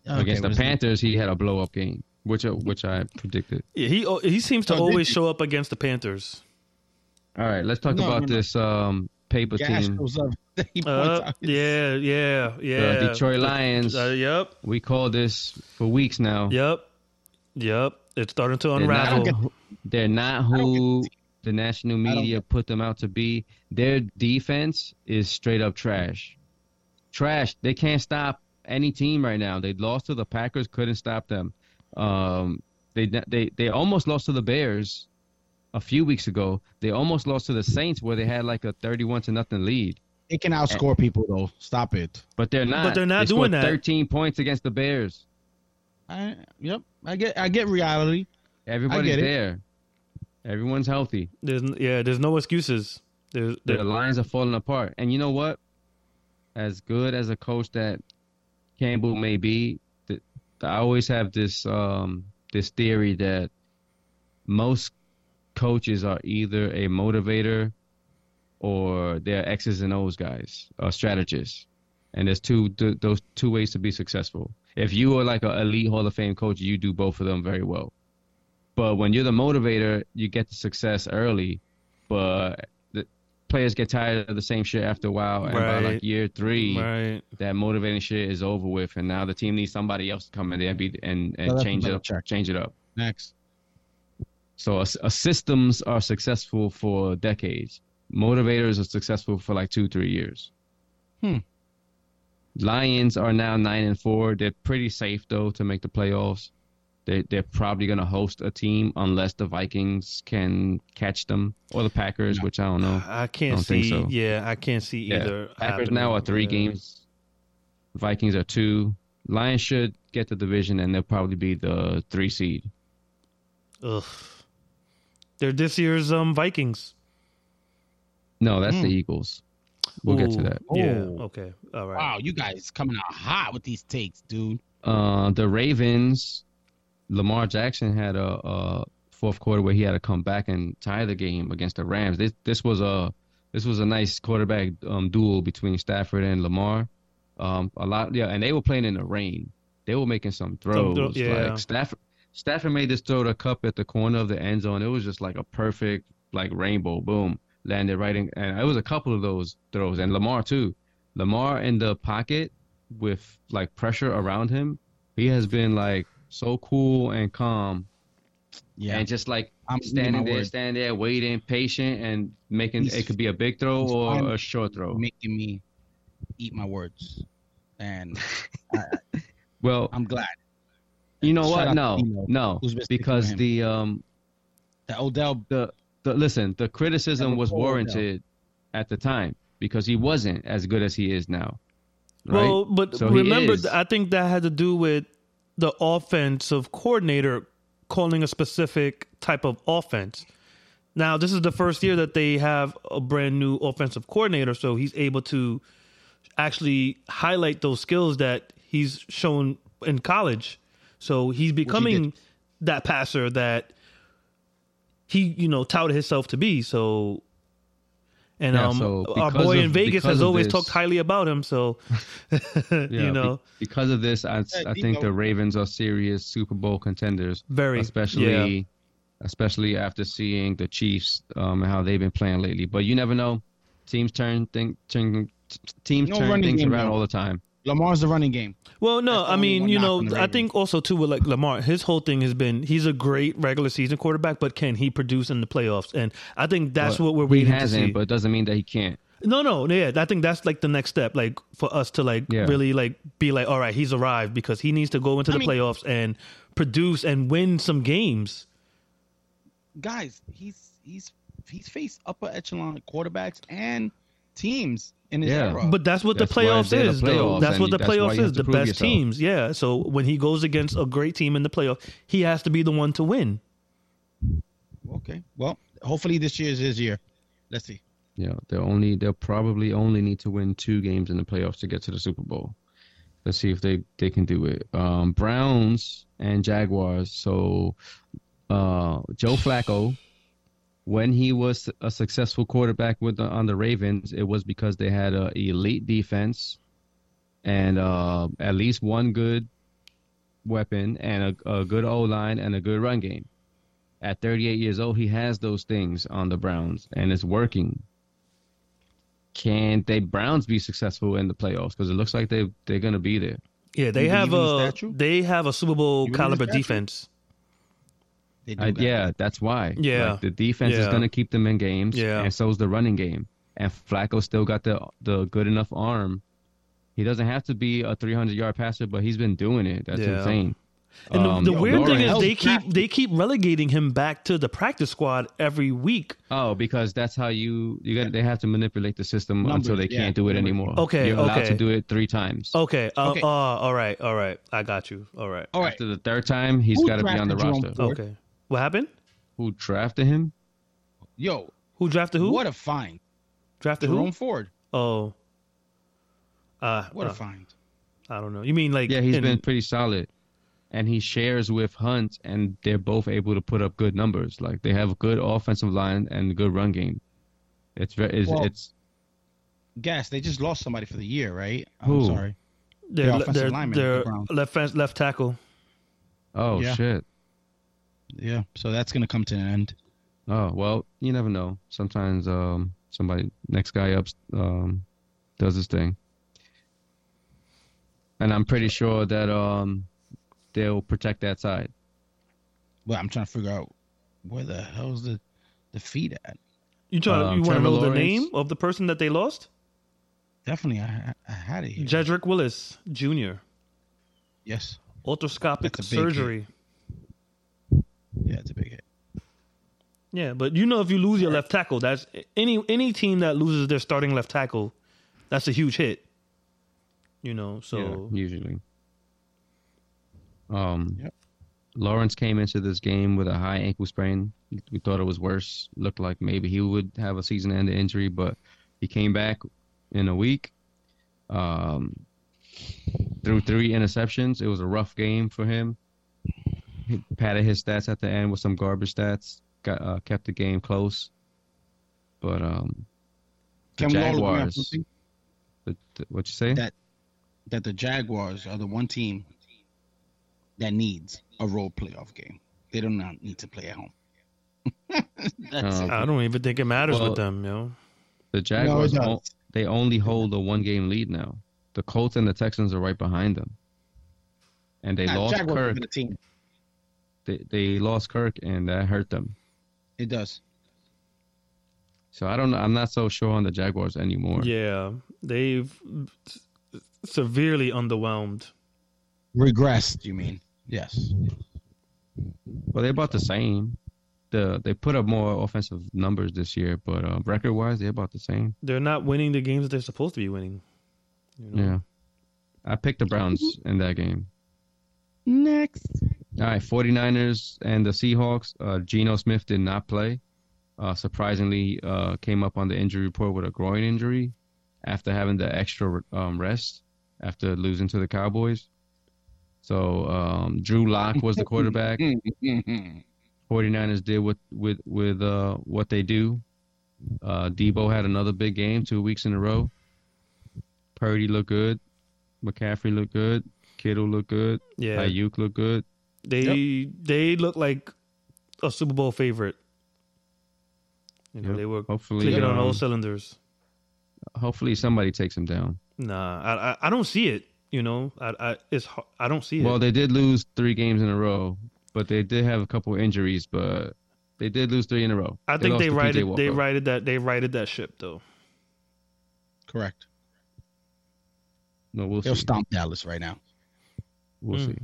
Against the was it- Panthers, he had a blow up game, which uh, which I predicted. Yeah, he oh, he seems to So did always you- show up against the Panthers. All right, let's talk No, about no, no. this um, paper Gash team, goes up. He points Uh, out his- yeah, yeah, the yeah. Detroit Lions. Uh, yep, we call this for weeks now. yep, yep. It's starting to They're not- unravel. They're not I don't get who the national I don't media put them out to be. Their defense is straight up trash. Trash. They can't stop any team right now. They lost to the Packers, couldn't stop them. Um, they they they almost lost to the Bears a few weeks ago. They almost lost to the Saints where they had like a 31 to nothing lead. They can Eh. outscore people though. Stop it. But they're not. they're not They scored doing that. 13 points against the Bears. I, yep. I get I get reality. Everybody's get it. there. Everyone's healthy. There's n- yeah, there's no excuses. There's, there- the lines are falling apart. And you know what? As good as a coach that Campbell may be, th- I always have this um, this theory that most coaches are either a motivator or they're X's and O's guys, or strategists. And there's two th- those two ways to be successful. If you are like an elite Hall of Fame coach, you do both of them very well. But when you're the motivator, you get the success early, but the players get tired of the same shit after a while. And by Right. like year three, right. that motivating shit is over with, and now the team needs somebody else to come in there and be and, Well, and that's change it another up. check. Change it up. Next. So a, a systems are successful for decades. Motivators are successful for like two, three years. Hmm. Lions are now nine and four. They're pretty safe though to make the playoffs. They they're probably gonna host a team unless the Vikings can catch them or the Packers, which I don't know. I can't don't think see. so. Yeah, I can't see Yeah. either. Packers happening. now are three Yeah. games. Vikings are two. Lions should get the division, and they'll probably be the three seed. Ugh. They're this year's um Vikings. No, that's Hmm. the Eagles. We'll get to Ooh, that. Yeah. Oh. Okay. All right. Wow, you guys coming out hot with these takes, dude. Uh, the Ravens. Lamar Jackson had a, a fourth quarter where he had to come back and tie the game against the Rams. This this was a this was a nice quarterback um, duel between Stafford and Lamar. Um, a lot, yeah, and they were playing in the rain. They were making some throw- throws. yeah. Like Stafford, Stafford made this throw to Cup at the corner of the end zone. It was just like a perfect like rainbow boom landed right in, and it was a couple of those throws, and Lamar too. Lamar in the pocket with like pressure around him, he has been like so cool and calm, Yeah. and just like I'm standing my there, word. standing there, waiting, patient, and making He's- it could be a big throw he's or finally a short throw. making me eat my words. And Well, I'm glad you know Shout out what? to No, Dino, no, who's been sticking because with him. the um that Odell the the listen, the criticism Never was pulled him. warranted at the time because he wasn't as good as he is now. Right? Well, but So he remember, is. I think that had to do with the offensive coordinator calling a specific type of offense. Now, this is the first year that they have a brand new offensive coordinator, so he's able to actually highlight those skills that he's shown in college. So he's becoming that passer that he, you know, touted himself to be. So, and Yeah, um, so our because boy in of- Vegas because has of always this- talked highly about him. So, Yeah, you be- know, because of this, I, I think Dino. the Ravens are serious Super Bowl contenders, very especially yeah. especially after seeing the Chiefs um, and how they've been playing lately. But you never know, teams turn thing turn teams No turn running things game, around though. all the time. Lamar's the running game. Well, no, That's the I only mean, one you knock know, on the I Ravens. think also too with like Lamar, his whole thing has been he's a great regular season quarterback, but can he produce in the playoffs? And I think that's But what we're He waiting to see. hasn't, but it doesn't mean that he can't. No, no, yeah. I think that's like the next step, like for us to like Yeah. really like be like, all right, he's arrived because he needs to go into I the mean- playoffs and produce and win some games. Guys, he's he's he's faced upper echelon quarterbacks and teams in his Yeah. era. But that's what That's the why playoffs they're the is, though. playoffs, That's and what the that's why you playoffs have is. to The prove best yourself. teams, yeah. So when he goes against a great team in the playoff, he has to be the one to win. okay, well, hopefully this year is his year. Let's see. You know, they'll only they'll probably only need to win two games in the playoffs to get to the Super Bowl. Let's see if they they can do it. Um, Browns and Jaguars. So, uh, Joe Flacco, when he was a successful quarterback with the, on the Ravens, it was because they had a elite defense and uh, at least one good weapon and a, a good O line and a good run game. At 38 years old, he has those things on the Browns, and it's working. Can they Browns be successful in the playoffs? Because it looks like they they're gonna be there. Yeah, they You have believe in the a statue? they have a Super Bowl You believe in the caliber statue? defense. They do I, got yeah, that's why. Yeah. Like, the defense is Yeah. gonna keep them in games, Yeah. and so's the running game. And Flacco still got the the good enough arm. He doesn't have to be a 300 yard passer, but he's been doing it. That's Yeah. insane. And the, Um, the yo, weird thing is Lawrence- they keep they keep relegating him back to the practice squad every week. Oh, because that's how you you got. They have to manipulate the system Numbers, until they yeah, Oh, can't do it numbers. anymore. Okay, you're allowed okay. to do it three times. Okay. Uh, Okay. uh, all right. All right. I got you. All right. All right. After the third time, he's Who got to be on the drafted Jerome roster. Ford? Okay. What happened? Who drafted him? Yo, Who drafted who? what a find. drafted Jerome who? Ford. Oh. Uh, What uh, a find. I don't know. You mean like Yeah, he's in- been pretty solid, and he shares with Hunt, and they're both able to put up good numbers. Like they have a good offensive line and a good run game. It's very it's, Well, it's Gas, they just lost somebody for the year, right? I'm Who? sorry. their, the le- offensive their- lineman, their the Browns. left fence, left tackle. oh yeah. shit. Yeah, so that's going to come to an end. Oh well, you never know. Sometimes um somebody next guy up um does his thing, and I'm pretty sure that um they'll protect that side. But I'm trying to figure out where the hell's the the feed at. You Uh, try. Um, you want to Trevor know the Lawrence. name of the person that they lost? Definitely, I, I had it here. Jedrick Willis Jr. yes, Arthroscopic That's a big surgery. yeah, it's a big hit. Yeah, but you know, if you lose your left tackle, that's any any team that loses their starting left tackle, that's a huge hit. You know, so yeah, usually. Um, Yep. Lawrence came into this game with a high ankle sprain. We thought it was worse. Looked like maybe he would have a season-ending injury, but he came back in a week. Um, threw three interceptions. It was a rough game for him. He padded his stats at the end with some garbage stats. Got uh, kept the game close, but um, the Can we all agree on Jaguars. something? the- the- what you say? That- That the Jaguars are the one team that needs a road playoff game. They do not need to play at home. that's Um, it. I don't even think it matters Well- with them. You know, the No, it Jaguars does. they only hold a one game lead now. The Colts and the Texans are right behind them. And they Nah, lost Jaguars are Kirk. the team. They, they lost Kirk and that hurt them. It does. So I don't know. I'm not so sure on the Jaguars anymore. yeah, they've severely underwhelmed. Regressed, you mean? Yes. Well, they're about the same. The they put up more offensive numbers this year, but uh, record wise, they're about the same. They're not winning the games that they're supposed to be winning. You know? Yeah. I picked the Browns in that game. Next. All right, 49ers and the Seahawks. Uh, Geno Smith did not play. Uh, surprisingly, uh, came up on the injury report with a groin injury after having the extra um, rest after losing to the Cowboys. So um, Drew Lock was the quarterback. 49ers did with with with uh, what they do. Uh, Debo had another big game two weeks in a row. Purdy looked good. McCaffrey looked good. Kittle looked good. yeah. Ayuk looked good. They they look like a Super Bowl favorite. You know, Yep. they were Hopefully, clicking on um, all cylinders. hopefully somebody takes him down. Nah, I, I I don't see it. You know, I, I it's har- I don't see it. Well, they did lose three games in a row, but they did have a couple injuries. But they did lose three in a row. I think lost they to PJ righted they Walker. righted that they righted that ship though. Correct. No, we'll They'll see. stomp Dallas right now. We'll Mm. see.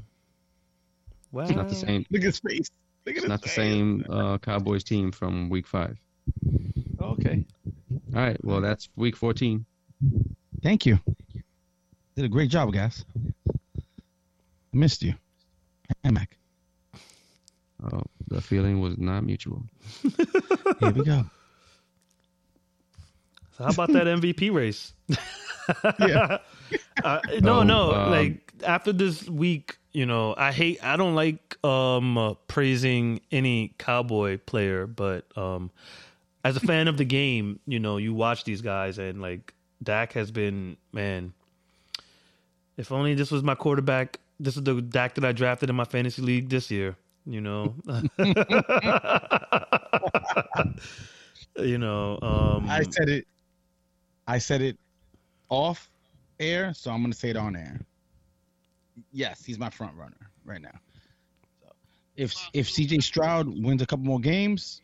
Wow, It's not the same. Look at his face. Look at It's his not the face. same uh, Cowboys team from Week Five. Okay, All right. Mm. Well, that's Week 14. Thank you. Did a great job, guys. Missed you. Hey, Mac. Oh, the feeling was not mutual. Here we go. so how about that MVP race? Yeah. uh, no, Oh, no. um, like after this week, you know, I hate. I don't like um uh, praising any cowboy player, but um, as a fan of the game, you know, you watch these guys and like Dak has been man. If only this was my quarterback. This is the Dak that I drafted in my fantasy league this year. You know, you know. Um, I said it. I said it off air, so I'm gonna say it on air. Yes, he's my front runner right now. So if if CJ Stroud wins a couple more games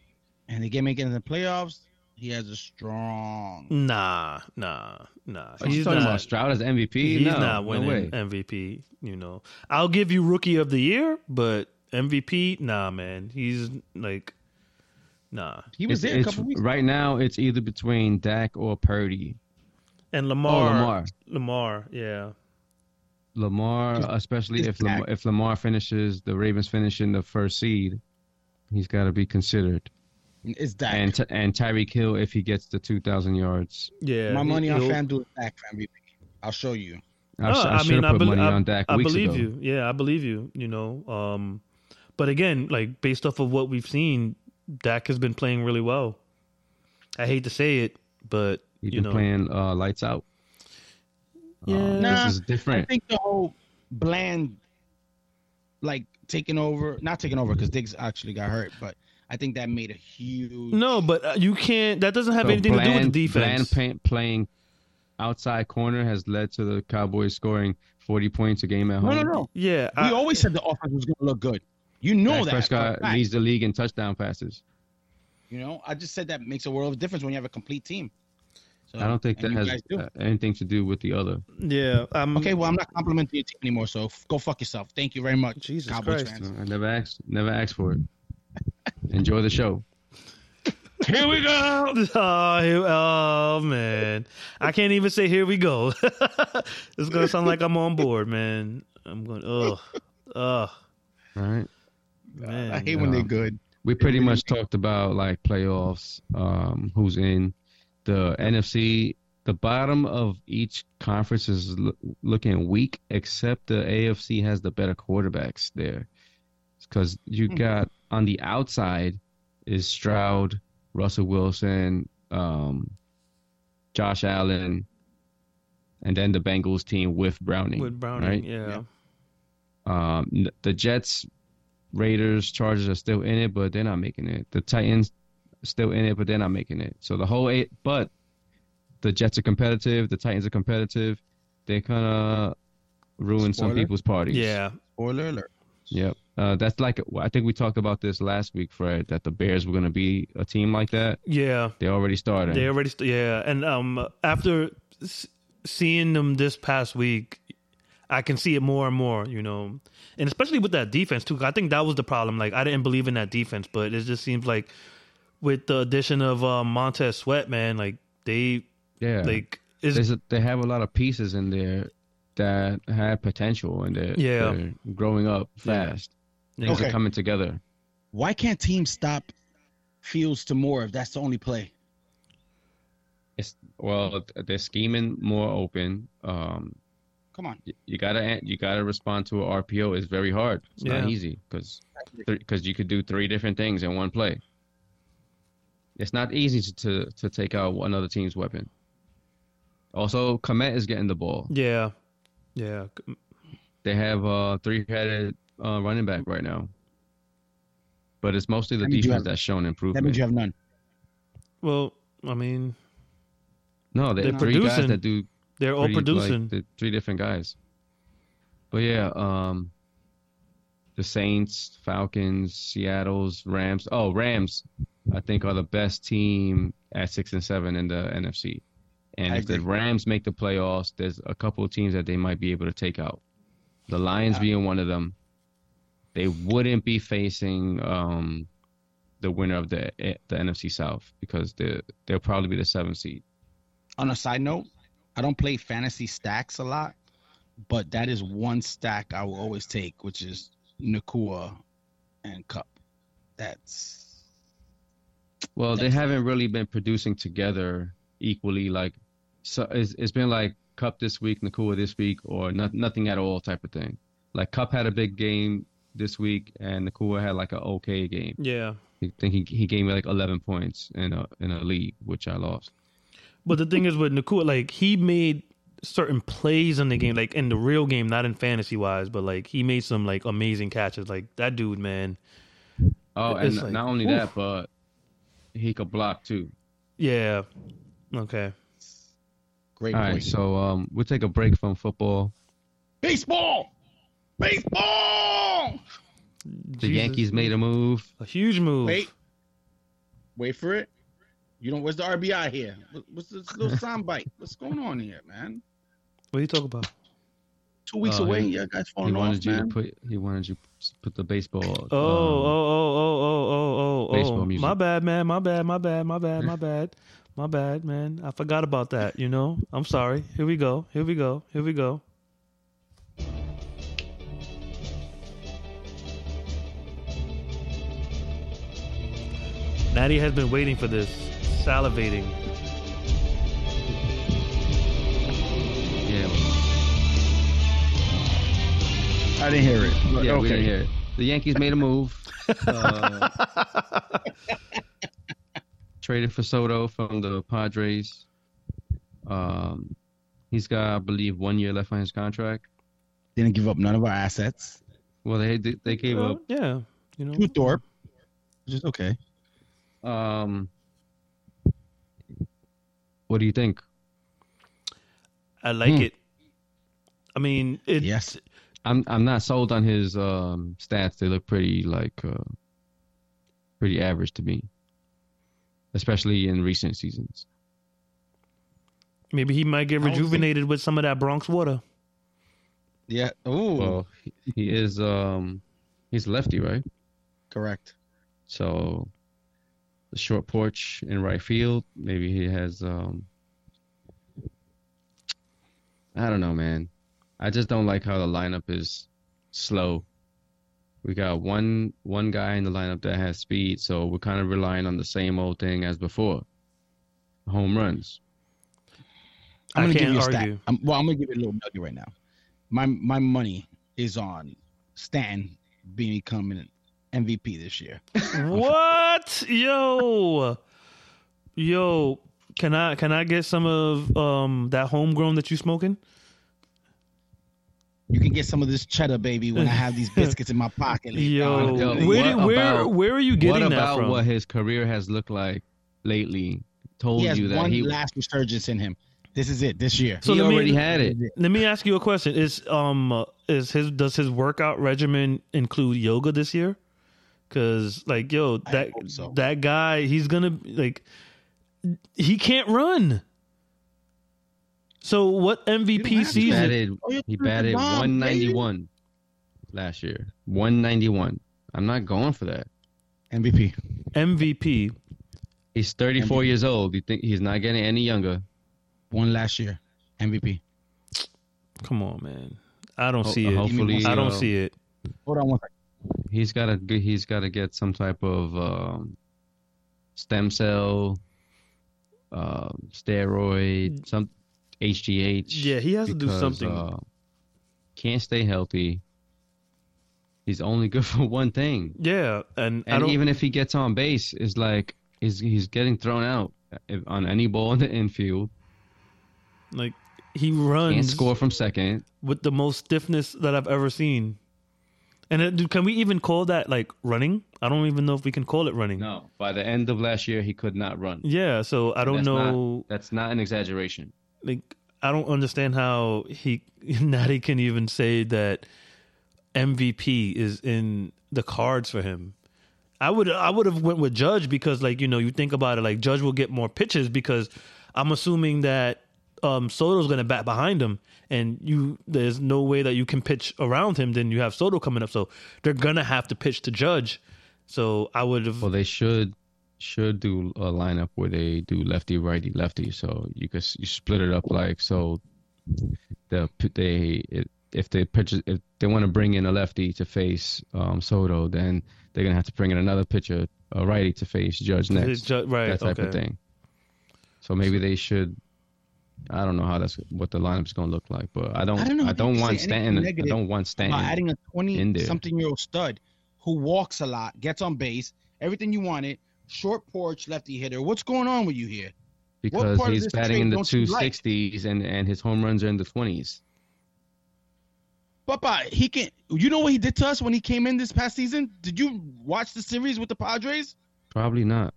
and they get making the playoffs, he has a strong. Nah, nah, nah. Are you He's talking not, about Stroud as MVP? he's no, not no winning way. MVP. You know, I'll give you Rookie of the Year, but MVP, nah, man. He's like, nah. He was It's- there a it's- couple weeks. Right now, it's either between Dak or Purdy. And Oh, Lamar, Lamar. Lamar, yeah. Lamar, It's- especially it's if Lamar, Dak. if Lamar finishes the Ravens finish in the first seed, he's got to be considered. It's Dak. And Ty- and Tyreek Hill if he gets the two thousand yards. Yeah, my money on he'll- FanDuel is Dak for MVP. I'll show you. I, No, sh- I, Uh, I should mean, I have put bel- money I- on Dak I weeks believe ago. you. Yeah, I believe you. You know, um, but again, like based off of what we've seen, Dak has been playing really well. I hate to say it, but He's you been know, playing uh, lights out. Um, Yeah. Nah, this is I different. think the whole bland, like taking over, not taking over because Diggs actually got hurt, but I think that made a huge. No, but uh, you can't. That doesn't have So anything to do with Oh, Bland- the defense. Bland pa- playing outside corner has led to the Cowboys scoring forty points a game at no, home. no, no. yeah, We always said the offense was going to look good. You know Dak that. Prescott for a fact. leads the league in touchdown passes. You know, I just said that makes a world of difference when you have a complete team. So, I don't think and that you has guys do. uh, anything to do with the other. yeah. I'm, okay, well, I'm not complimenting your team anymore, so f- go fuck yourself. Thank you very much, Jesus Cowboys Christ. fans. I never asked. Never asked for it. Enjoy the show. Here we go. Oh, here- oh, man, I can't even say here we go. it's gonna sound like I'm on board, man. I'm going. Ugh, ugh, All right. man. I hate when they're Um, good. We pretty much talked about like playoffs, um, who's in the NFC. The bottom of each conference is loo- looking weak, except the AFC has the better quarterbacks there, because you Hmm. got on the outside is Stroud, Russell Wilson, um, Josh Allen, and then the Bengals team with Browning. with Browning, right? yeah. Yeah. Um, n- the Jets, Raiders, Chargers are still in it, but they're not making it. The Titans still in it, but they're not making it. So the whole eight, but the Jets are competitive. The Titans are competitive. They kind of ruin some Spoiler? people's parties. yeah. Spoiler alert. Yep. Uh, that's like I think we talked about this last week, Fred. That the Bears were going to be a team like that. Yeah, They already started. they already, st- yeah, and um, after s- seeing them this past week, I can see it more and more, you know, and especially with that defense too. 'cause I think that was the problem. Like, I didn't believe in that defense, but it just seems like with the addition of um, Montez Sweat, man, like they yeah. like is There's a, they have a lot of pieces in there that had potential and they're, Yeah. they're growing up Yeah. fast. Things Okay. are coming together. Why can't teams stop Fields to Moore if that's the only play? It's well, th- they're scheming more open. Um, Come on. y- you gotta an- you gotta respond to a RPO. It's very hard. It's Yeah. not easy because because you could do three different things in one play. It's not easy to to, to take out another team's weapon. Also, Komet is getting the ball. yeah, yeah, c- They have a three-headed uh, running back right now, but it's mostly the That means you defense have- that's shown That improvement. means you have none. well, I mean, no, they're, they're three guys producing. that do they're all three, like, producing. the three different guys. But yeah, um, the Saints, Falcons, Seattle's, Rams. Oh, Rams, I think are the best team at six and seven in the NFC. And I if the agree. Rams make the playoffs, there's a couple of teams that they might be able to take out. The Lions being one of them. They wouldn't be facing um, the winner of the eh, the NFC South because they they'll probably be the seventh seed. On a side note, I don't play fantasy stacks a lot, but that is one stack I will always take, which is Nakua and Cup. That's Well, they haven't really been producing together equally. Like, so it's, it's been like Cup this week, Nakua this week, or not, nothing at all type of thing. Like Cup had a big game this week, and Nakua had like an okay game. Yeah. I think he he gave me like 11 points in a in a league, which I lost. But the thing is with Nakua, like he made certain plays in the game, like in the real game, not in fantasy wise, but like he made some like amazing catches. Like that dude, man. Oh, It's and like, not only oof. that, but he could block too. Yeah. Okay. great. All right, point. so um, we'll take a break from football. baseball, baseball. The Yankees made a move. a huge move. Wait, wait for it. You don't. Where's the RBI here? What- What's this little soundbite? What's going on here, man? What are you talking about? Two weeks Oh, away, he- and your guys he falling wanted off, you man. to put he wanted you to put the baseball. Oh, oh, um, oh, oh, oh, oh, oh, baseball oh. music. My bad, man. My bad. My bad. My bad. My bad. My bad, man. I forgot about that. You know. I'm sorry. Here we go. Here we go. Here we go. Natty has been waiting for this, salivating. yeah. I didn't hear it. Yeah, we didn't hear it. The Yankees made a move. Uh, traded for Soto from the Padres. Um, he's got, I believe, one year left on his contract. Didn't give up none of our assets. Well, they they gave Well, up. yeah, you know. Two Thorpe, just okay. Um, what do you think? I like Hmm. it. I mean, it, Yes, I'm I'm not sold on his um, stats. They look pretty like uh, pretty average to me, especially in recent seasons. maybe he might get I don't think- rejuvenated with some of that Bronx water. yeah. Ooh, Well, he- he is um he's lefty, right? correct. So the short porch in right field, maybe he has um I don't know, man. I just don't like how the lineup is slow. We got one one guy in the lineup that has speed, so we're kind of relying on the same old thing as before. Home runs. I'm I gonna give can't you a stat. argue. I'm, well, I'm gonna give you a little nugget right now. My my money is on Stan being becoming an MVP this year. What? Yo. Yo, can I can I get some of um that homegrown that you smoking? You can get some of this cheddar, baby, when I have these biscuits in my pocket. later Yo, on. Yo, where what did- where about- where are you what getting that about from? what his career has looked like lately? Told he has you that one he, last resurgence in him. This is it. This year. So he let me- already had it. Let me ask you a question. Is um uh, is his does his workout regimen include yoga this year? Cuz like yo, I that hope so. that guy, he's going to like he can't run. So what You MVP don't have to He He's season? batted Oh, you're He freaking batted bomb, 191 last year. 191. I'm not going for that. baby. MVP. MVP. He's 34 MVP. years old. You think he's not getting any younger? One last year. MVP. Come on, man. I don't Ho- see it. Hopefully, I don't uh, see it. Hold on one second. He's got to. He's got to get some type of um, stem cell, um, steroid, some HGH. Yeah, he has to do because, something. uh, can't stay healthy. He's only good for one thing. yeah, and, I And don't. even if he gets on base, is like he's he's getting thrown out if- on any ball in the infield. like he Can't runs score from second. with the most stiffness that I've ever seen. And it, dude, can we even call that like running? I don't even know if we can call it running. No, by the end of last year, he could not run. Yeah, so I don't That's know. That's not an exaggeration. like I don't understand how he Natty can even say that MVP is in the cards for him. I would I would have went with Judge because like you know you think about it like Judge will get more pitches because I'm assuming that um, Soto's going to bat behind him and you there's no way that you can pitch around him then you have Soto coming up so they're going to have to pitch to Judge. So I would have Well, they should should do a lineup where they do lefty righty lefty. So you could s- you split it up like so. The they if they pitch if they want to bring in a lefty to face um, Soto, then they're gonna have to bring in another pitcher, a righty to face Judge next. Ju- right, that type okay. of thing. So maybe they should. I don't know how that's what the lineup's gonna look like, but I don't. I I don't, don't know if you want can say anything Stanton. I negative don't want By Stanton. adding a in 20 there. something year old stud who walks a lot, gets on base, everything you wanted, short porch, lefty hitter. What's going on with you here? because part of he's this batting trade in the don't you like? 260s and and his home runs are in the 20s. Papa, he can. You know what he did to us when he came in this past season? Did you watch the series with the Padres? Probably not.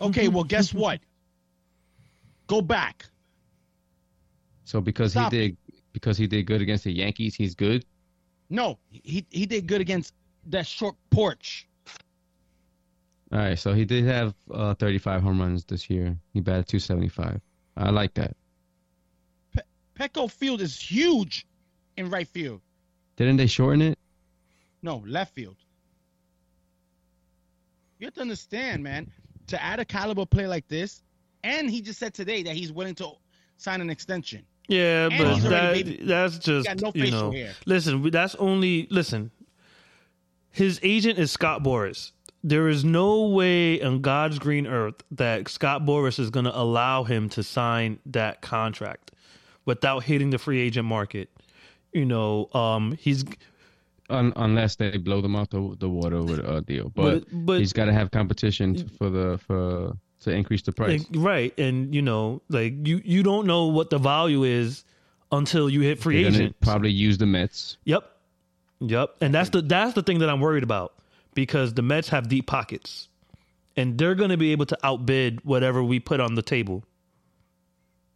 Okay, well, guess what? Go back. So because Stop he did because he did good against the Yankees, he's good. No, he he did good against that short porch. All right, so he did have uh, 35 home runs this year. He batted 275. I like that. Petco Field is huge in right field. Didn't they shorten it? No, left field. You have to understand, man, to add a caliber player like this, and he just said today that he's willing to sign an extension. Yeah, And but he's already that, that's just got no you facial know. hair. Listen, we- that's only listen. His agent is Scott Boris. There is no way on God's green earth that Scott Boris is going to allow him to sign that contract without hitting the free agent market. You know, um, he's Un- unless they blow them out the, the water with a deal, but, But- but- he's got to have competition t- for the for to increase the price. like, right, and you know, like you you don't know what the value is until you hit free They're gonna agent. probably use the Mets. Yep. Yep. And that's the that's the thing that I'm worried about because the Mets have deep pockets. And they're going to be able to outbid whatever we put on the table.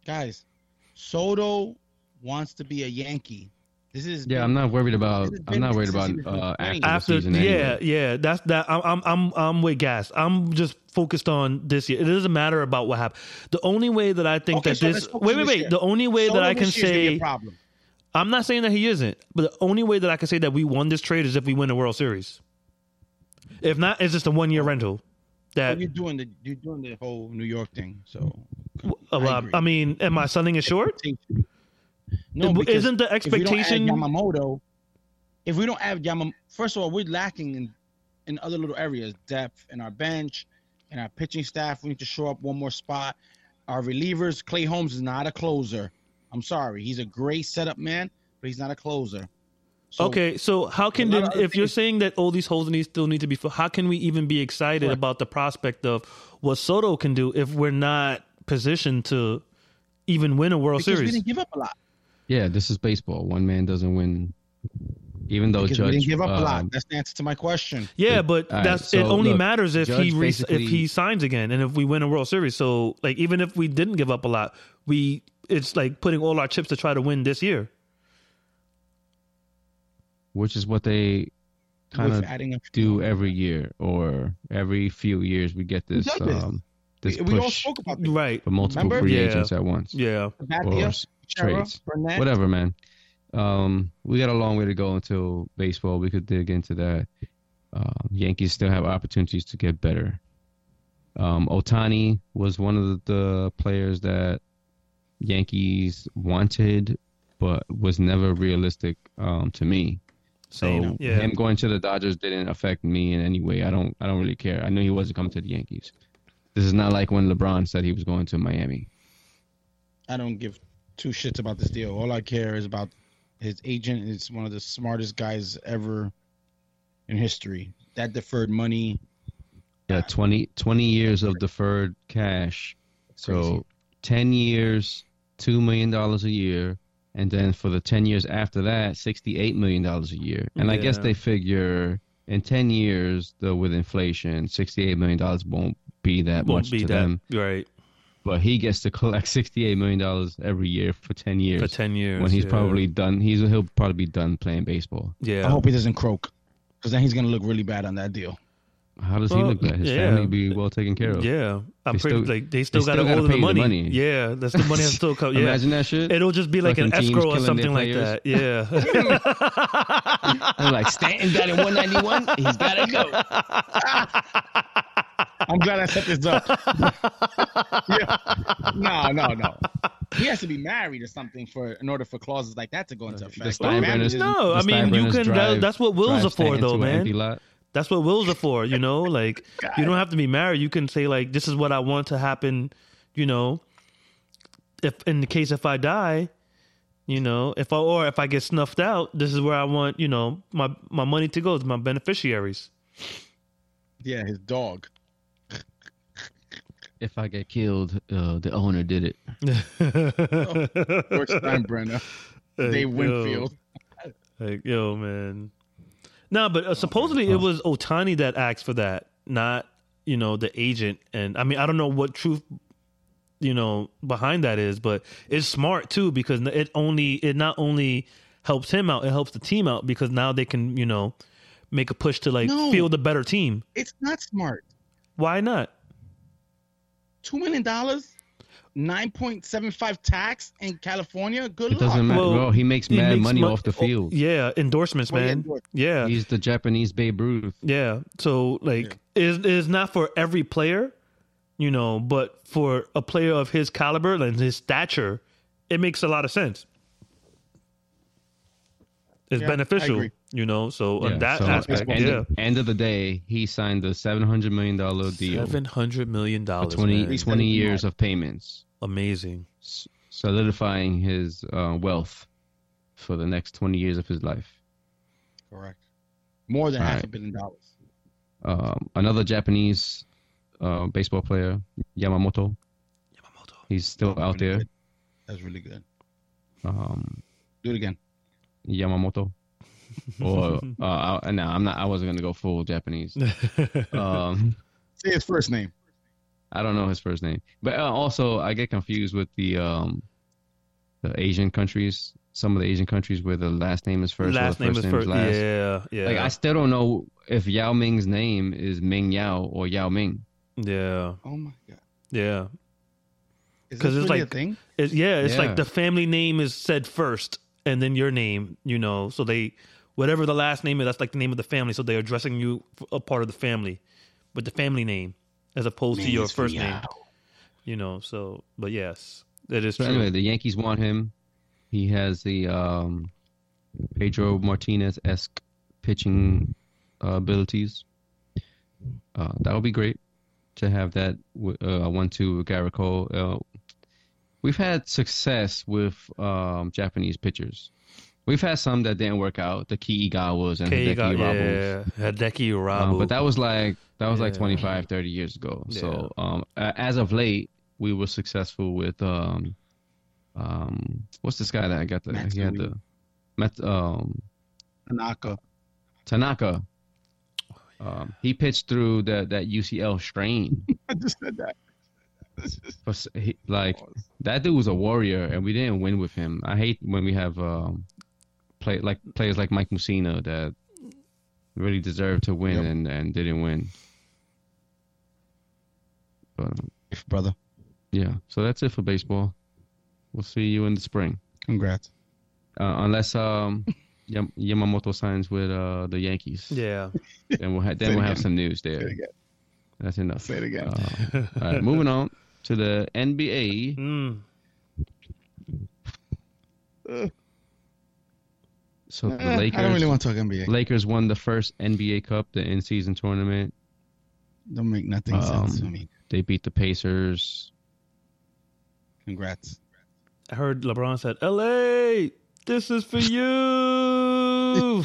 Guys, Soto wants to be a Yankee. This is Yeah, I'm not worried about. This has I'm been not worried about since he was uh, playing. after, After the season. yeah, anyway. yeah, that's that I'm I'm I'm I'm with gas. I'm just focused on this year. It doesn't matter about what happened. The only way that I think Okay, that so let's this focus wait on wait this wait, year. the only way Soto that I can this year's gonna be a say problem. I'm not saying that he isn't, but the only way that I can say that we won this trade is if we win the World Series. If not, it's just a Oh. one year rental. That You're doing the you're doing the whole New York thing. So Well, I I, agree. I mean, am I selling it short? no, It- because Isn't the if we don't add expectation? Yamamoto, if we don't add Yamamoto, first of all, we're lacking in, in other little areas, depth in our bench, in our pitching staff. We need to show up one more spot. Our relievers, Clay Holmes is not a closer. I'm sorry, he's a great setup man, but he's not a closer. So okay, so how can A lot then, of other if you're things- saying that all these holes in these still need to be filled, how can we even be excited Correct. about the prospect of what Soto can do if we're not positioned to even win a World Oh, because we Series? didn't give up a lot. yeah. This is baseball. One man doesn't win. Even though Because Judge we didn't give up a lot. um, That's the answer to my question. Yeah, but All right, that's it. so Only look, matters if Judge he re- basically- if he signs again and if we win a World Series. So like, even if we didn't give up a lot, we it's like putting all our chips to try to win this year. which is what they kind with of adding a do every year or every few years we get this done this. um this we, push we all spoke about this. Right? for multiple Remember? free Yeah. agents at once Yeah. or Batia, s- Chera, trades Burnett. whatever man um we got a long way to go until baseball we could dig into that uh, yankees still have opportunities to get better um otani was one of the players that yankees wanted but was never realistic um to me so Same. yeah. him going to the Dodgers didn't affect me in any way. I don't I don't really care. I knew he wasn't coming to the Yankees. This is not like when LeBron said he was going to Miami. I don't give two shits about this deal. All I care is about his agent is one of the smartest guys ever in history. That deferred money. Yeah, 20, 20 years of deferred cash. Crazy. So ten years, two million dollars a year, and then for the ten years after that, sixty-eight million dollars a year. And I guess Yeah. they figure in ten years, though, with inflation, sixty-eight million dollars won't be that Won't much be to that them. right. but he gets to collect sixty-eight million dollars every year for ten years. For ten years, when he's yeah. probably Oh, done, he's he'll probably be done playing baseball. yeah. I hope he doesn't croak, because then he's gonna look really bad on that deal. How does he Well, look? That his yeah. family be well taken care of. Yeah, I'm They pretty still- like they still they got to still gotta hold pay you the the money. money. Yeah, that's the money that's still coming. oh, Yeah. Imagine that shit. It'll just be like an Fucking teams escrow or killing their something like players. that. Yeah. I'm like Stanton got it 191. He's got to go. I'm glad I set this up. yeah. No, no, no. He has to be married or something for in order for clauses like that to go into effect. Steinbrenners- Marriage is- no, I the mean you Steinbrenners can. drive- that, that's what wills drive are for, Stanton though, to an empty man. lot. That's what wills are for. You know, like you don't have to be married. You can say like, "This is what I want to happen." You know, if in the case if I die, you know, if I or if I get snuffed out, this is where I want you know my my money to go to my beneficiaries. yeah, his dog. If I get killed, uh, the owner did it. George Steinbrenner. Like, Dave yo. Winfield. Like, yo, man. No, but uh, supposedly it was Otani that asked for that, not you know the agent. And I mean, I don't know what truth you know behind that is, but it's smart too because it only it not only helps him out, it helps the team out because now they can you know make a push to like No. field a better team. It's not smart. Why not? Two million dollars, nine point seven five tax in California. Good It luck. doesn't matter. Ah, Well, bro, he makes He mad makes money mon- off the oh, field. yeah, endorsements, Well, yeah, man. endorse- Yeah, He's the Japanese Babe Ruth. Yeah. So like it is not for every player, you know, but for a player of his caliber and his stature, it makes a lot of sense. It's Yeah, I beneficial, agree. you know. So on Yeah, that so aspect, at end, yeah. end of the day, he signed a seven hundred million dollar deal Seven hundred million for dollars. 20, man. 20 years of payments, Amazing. s- solidifying his uh, wealth for the next twenty years of his life. Correct. More than All half a right. billion dollars. Um, another Japanese uh, baseball player, Yamamoto. Yamamoto. He's still out Really there. good. That's really good. Um, Do it again. Yamamoto. Or uh, I, no, I'm not. I wasn't gonna go full Japanese. Um, Say his first name. I don't know his first name, but uh, also I get confused with the um, the Asian countries. Some of the Asian countries where the last name is first, last or the name first is first. last. Yeah, yeah, Like I still don't know if Yao Ming's name is Ming Yao or Yao Ming. yeah, Oh my god. yeah. Is 'Cause this it's really like- a thing? It, yeah, it's Yeah. like the family name is said first, and then your name. You know, so they whatever the last name is, that's like the name of the family. So they're addressing you f- a part of the family, but the family name as opposed to your Means for first name. meow. You know, so but yes, that is So true. anyway, the Yankees want him. He has the um, Pedro Martinez esque pitching uh, abilities. Uh, that would be great to have that w- uh, one-two with Garrett Cole. Uh, we've had success with um, Japanese pitchers. We've had some that didn't work out, the Kiigawas and okay, the you got Rables. yeah, Hideki Um, Urabu. but that was like that was like Yeah. 25 30 years ago so um a- as of late we were successful with um um what's this guy that got the Matsui. he had the Mat, um Tanaka. tanaka um he pitched through that that ucl strain I just said that. For s- he, like that dude was a warrior and we didn't win with him i hate when we have um play like players like mike musina that really deserve to win Yep. and and didn't win but um, brother. Yeah, so that's it for baseball. We'll see you in the spring, Congrats. uh, unless um, Yam- Yamamoto signs with uh, the Yankees. yeah, then we'll ha- Say then it we'll have again. some news there. Say it again. That's enough. Say it again. Uh, all right, moving on to the NBA. Mm. So Eh, the Lakers, I don't really want to talk NBA. Lakers won the first NBA Cup, the in-season tournament. Don't make nothing Um, sense to me. They beat the Pacers. Congrats. I heard LeBron said, "L.A., this is for you."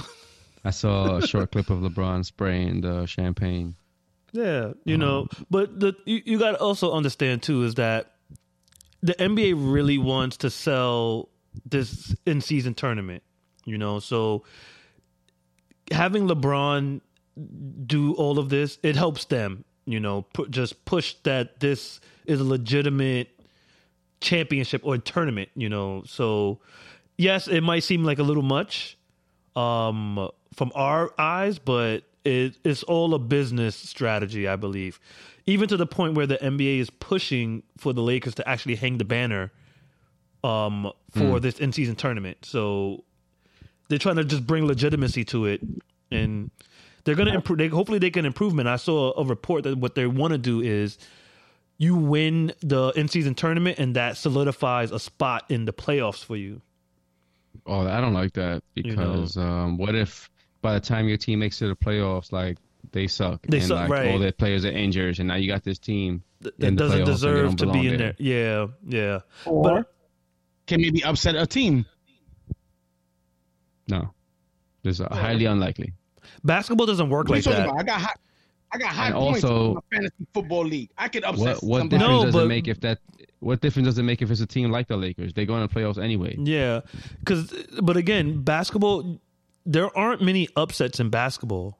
I saw a short clip of LeBron spraying the champagne. Yeah, you know, but the you, you got to also understand too is that the NBA really wants to sell this in season tournament, you know. So having LeBron do all of this, it helps them you know, pu- just push that this is a legitimate championship or tournament, you know. So, yes, it might seem like a little much um, from our eyes, but it, it's all a business strategy, I believe. Even to the point where the NBA is pushing for the Lakers to actually hang the banner um, for this in season tournament. So they're trying to just bring legitimacy to it, and they're gonna improve. They, hopefully, they can improvement. I saw a report that what they want to do is you win the in season tournament, and that solidifies a spot in the playoffs for you. Oh, I don't like that You know. because um, what if by the time your team makes it to the playoffs, like they suck They and suck, like right. all their players are injured, and now you got this team Th- in That the playoffs doesn't and they deserve don't to belong be in there. Yeah, yeah. Or can maybe upset a team. No, it's uh, highly unlikely. Basketball doesn't work What are you like talking that. about? I got high, I got high And points also- in my fantasy football league. I could upset What what somebody. difference No, does but- it make if that? What difference does it make if it's a team like the Lakers? They go in the playoffs anyway. Yeah, because but again, basketball. There aren't many upsets in basketball.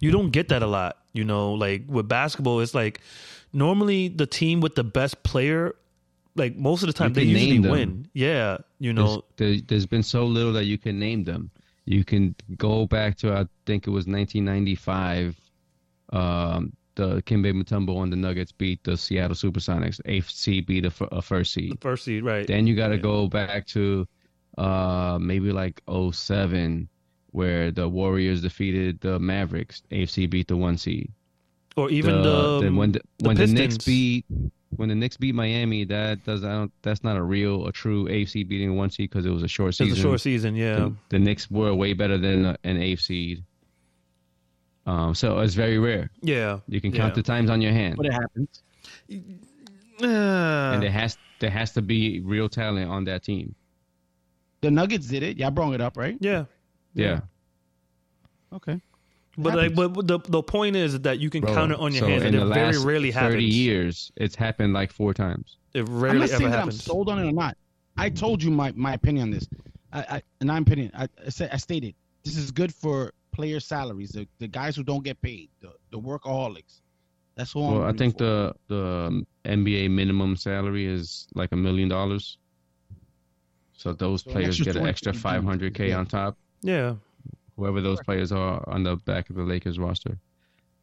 You don't get that a lot. You know, like with basketball, it's like normally the team with the best player, like most of the time, You they can name usually them. win. Yeah, you know, There's, there, there's been so little that you can name them. You can go back to I think it was 1995. Um, the Kimbe Mutombo on the Nuggets beat the Seattle SuperSonics. Eighth seed beat a, f- a first seed. the first seed, right? Then you got to go back to uh, maybe like 07 where the Warriors defeated the Mavericks. AFC beat the one seed. Or even The- the, then when the, when the Knicks Pistons. beat when the Knicks beat Miami, that does I don't, that's not a real a true AFC beating a one seed because it was a short it's season. a short season. Yeah, The, the Knicks were way better than a- an eighth seed. Um, so it's very rare. yeah, You can count Yeah. the times on your hand, But it happens. and Ah, there has there has to be real talent on that team. The Nuggets did it. Y'all brought it up, right? yeah. Yeah, Okay. But like, but but the the point is that you can bro. count it on your So hands, and in it the very last rarely happens. Thirty years, it's happened like four times. It I'm rarely not ever saying that I'm happens. sold on it or not. I told you my, my opinion on this. I, I and I'm opinion. I, I said I stated this is good for player salaries. The, the guys who don't get paid, the, the workaholics. That's who. I'm Well, I rooting think for. the um, the NBA minimum salary is like a million dollars. So those So an players extra get an 20 extra million. 500k Yeah. on top. yeah. whoever those players are on the back of the Lakers roster.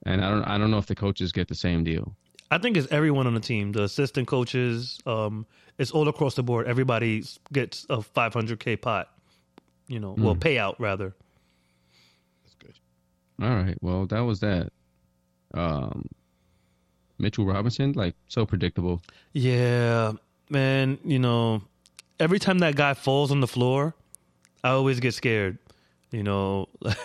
And I don't I don't know if the coaches get the same deal. I think it's everyone on the team, the assistant coaches. Um, it's all across the board. Everybody s- gets a 500k pot, you know, Hmm. well payout rather. That's good. All right. Well, that was that. Um Mitchell Robinson, like so predictable. Yeah, man. You know, every time that guy falls on the floor, I always get scared. You know,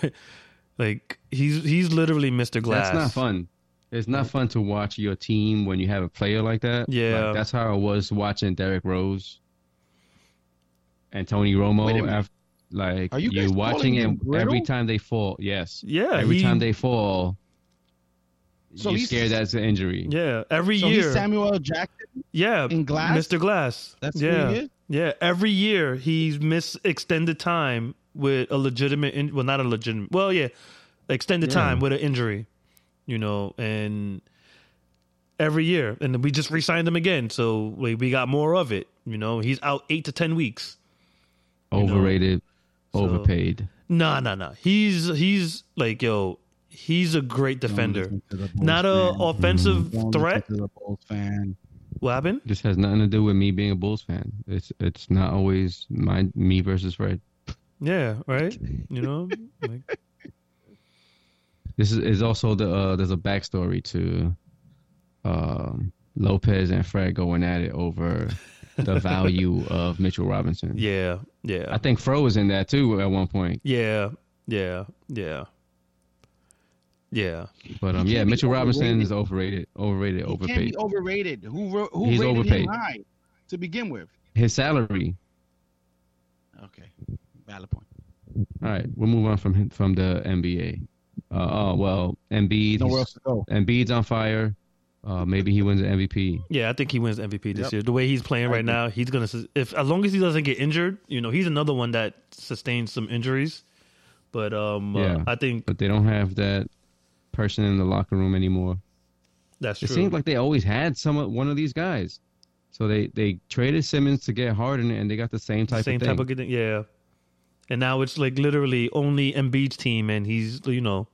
like he's he's literally Mr. Glass. That's not fun. It's not fun to watch your team when you have a player like that. Yeah. Like, that's how I was watching Derrick Rose and Tony Romo. Wait a minute. af- like Are you you're guys calling watching him him every brittle? time they fall. Yes. Yeah, Every he- time they fall, So you're he's- scared that's an injury. Yeah, every So year. he's Samuel L. Jackson. Yeah, In Glass? Mr. Glass. That's who yeah, he is? yeah. Every year he's missed extended time with a legitimate, in, well, not a legitimate, well, yeah, extended time with an injury, you know, and every year, and we just re-signed him again, so we we got more of it, you know. He's out eight to ten weeks. know. Overrated, overpaid. Nah, nah, nah. He's he's like yo. He's a great defender. Not a offensive threat. fan. What happened? This has nothing to do with me being a Bulls fan. It's it's not always my me versus Fred. Yeah, right. You know, like, This is, is also the uh, there's a backstory to um, Lopez and Fred going at it over the value of Mitchell Robinson. yeah, yeah. I think Fro was in that too at one point. Yeah, yeah, yeah, yeah. But um, He yeah, can't be Mitchell Robinson is overrated, overrated, He can't overpaid. be overrated. Who ro- who He's rated overpaid. him high to begin with? His salary. Okay, valid point. All right, we'll move on from him, from the NBA. Uh, oh well, Embiid. Nowhere else to go. Embiid's on fire. Uh, maybe he wins the MVP. Yeah, I think he wins MVP this Yep. year. The way he's playing right now, he's gonna sus- if as long as he doesn't get injured, you know, he's another one that sustains some injuries. But um, uh, Yeah. I think but they don't have that person in the locker room anymore. That's It true. seemed like they always had some one of these guys. So they they traded Simmons to get Harden, and they got the same type same of thing. type of good thing. Yeah. And now it's like literally only Embiid's team, and he's you know,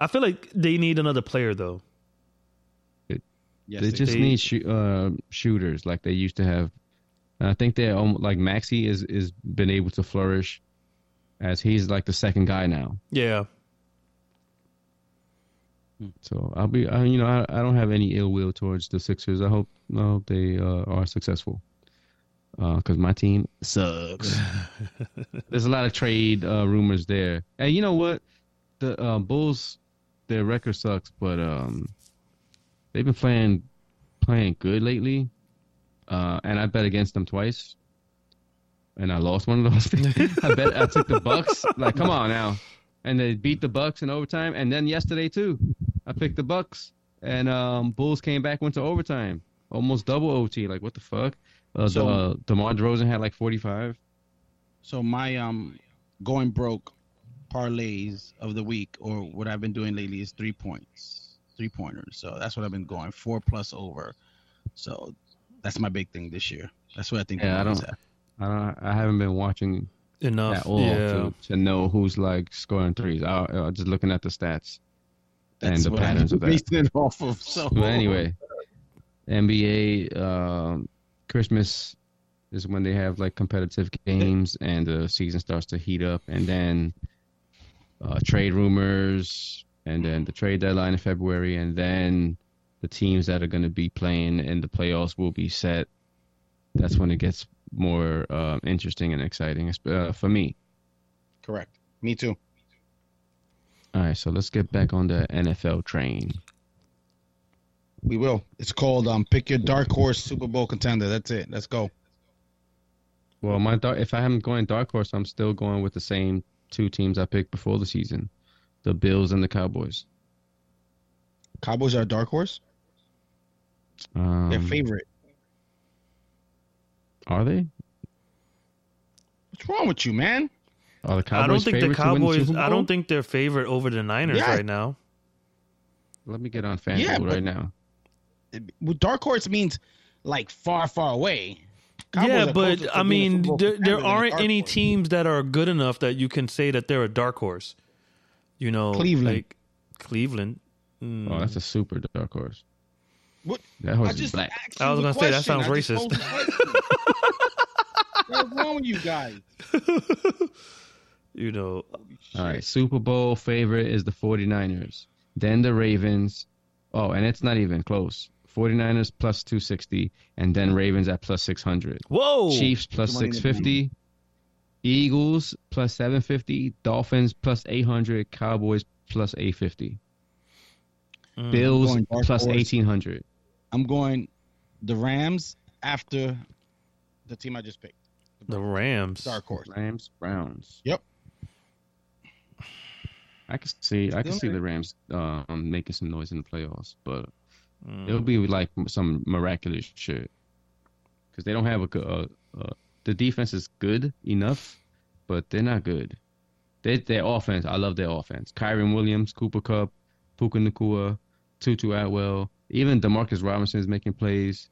I feel like they need another player though. Yes, they just they- need shoo- uh, shooters like they used to have. And I think they're almost, like Maxi is is been able to flourish as he's like the second guy now. Yeah. So I'll be, I, you know, I, I don't have any ill will towards the Sixers. I hope, I hope they uh, are successful because my team sucks. There's a lot of trade uh, rumors there, and you know what? The uh, Bulls, their record sucks, but um, they've been playing playing good lately. Uh, and I bet against them twice, and I lost one of those. I bet I took the Bucks. Like, come on now, and they beat the Bucks in overtime, and then yesterday too. I picked the Bucks, and um, Bulls came back, went to overtime, almost double OT. Like what the fuck? Uh, So- the, uh, DeMar DeRozan had like forty five. So my um going broke parlays of the week or what I've been doing lately is three points, three pointers. So that's what I've been going four plus over. So that's my big thing this year. That's what I think. the Yeah, I Nuggets don't- have. I don't, I haven't been watching Enough. at all Oh, yeah. to, to know who's like scoring threes. I, I just looking at the stats. That's the what I'm patterns of that. basing it off of. So But anyway, NBA um, Christmas is when they have like competitive games and the season starts to heat up, and then uh, trade rumors, and then the trade deadline in February, and then the teams that are going to be playing in the playoffs will be set. That's when it gets more uh, interesting and exciting uh, for me. correct. Me too. All right, so let's get back on the NFL train. We will. It's called um pick your dark horse Super Bowl contender. That's it. Let's go. Well, my dark, if I am going dark horse, I'm still going with the same two teams I picked before the season, the Bills and the Cowboys. Cowboys are a dark horse. Um, Their favorite. Are they? What's wrong with you, man? Are the Cowboys I don't think the favorite to win Cowboys. Super I Bowl? don't think they're favored over the Niners Yeah. right now. Let me get on FanDuel Yeah, but- right now. Well, dark horse means like far, far away. yeah, are closer but to I being a mean, Super Bowl there, contender there than a aren't dark any horse. teams that are good enough that you can say that they're a dark horse. You know, Cleveland. like Cleveland. Mm. Oh, that's a super dark horse. What? That horse I is just black. asked I you was a gonna say, that question. sounds I just racist. posed a question. What's wrong with you guys? you know, All right, Super Bowl favorite is the 49ers, then the Ravens. Oh, and it's not even close. 49ers plus 260, and then Ravens at plus 600. whoa, Chiefs plus Money in the 650, Eagles plus 750, Dolphins plus 800, Cowboys plus 850, Mm. Bills Hmm. Going dark plus horse. 1800. I'm going the Rams after the team I just picked. the Rams. Dark horse. Rams, Browns. Yep. I can see I can Still see there. the Rams um, making some noise in the playoffs, but Mm. it'll be like some miraculous shit because they don't have a good. Uh, uh, the defense is good enough, but they're not good. They their offense. I love their offense. Kyron Williams, Cooper Cup, Puka Nakua, Tutu Atwell, even Demarcus Robinson is making plays.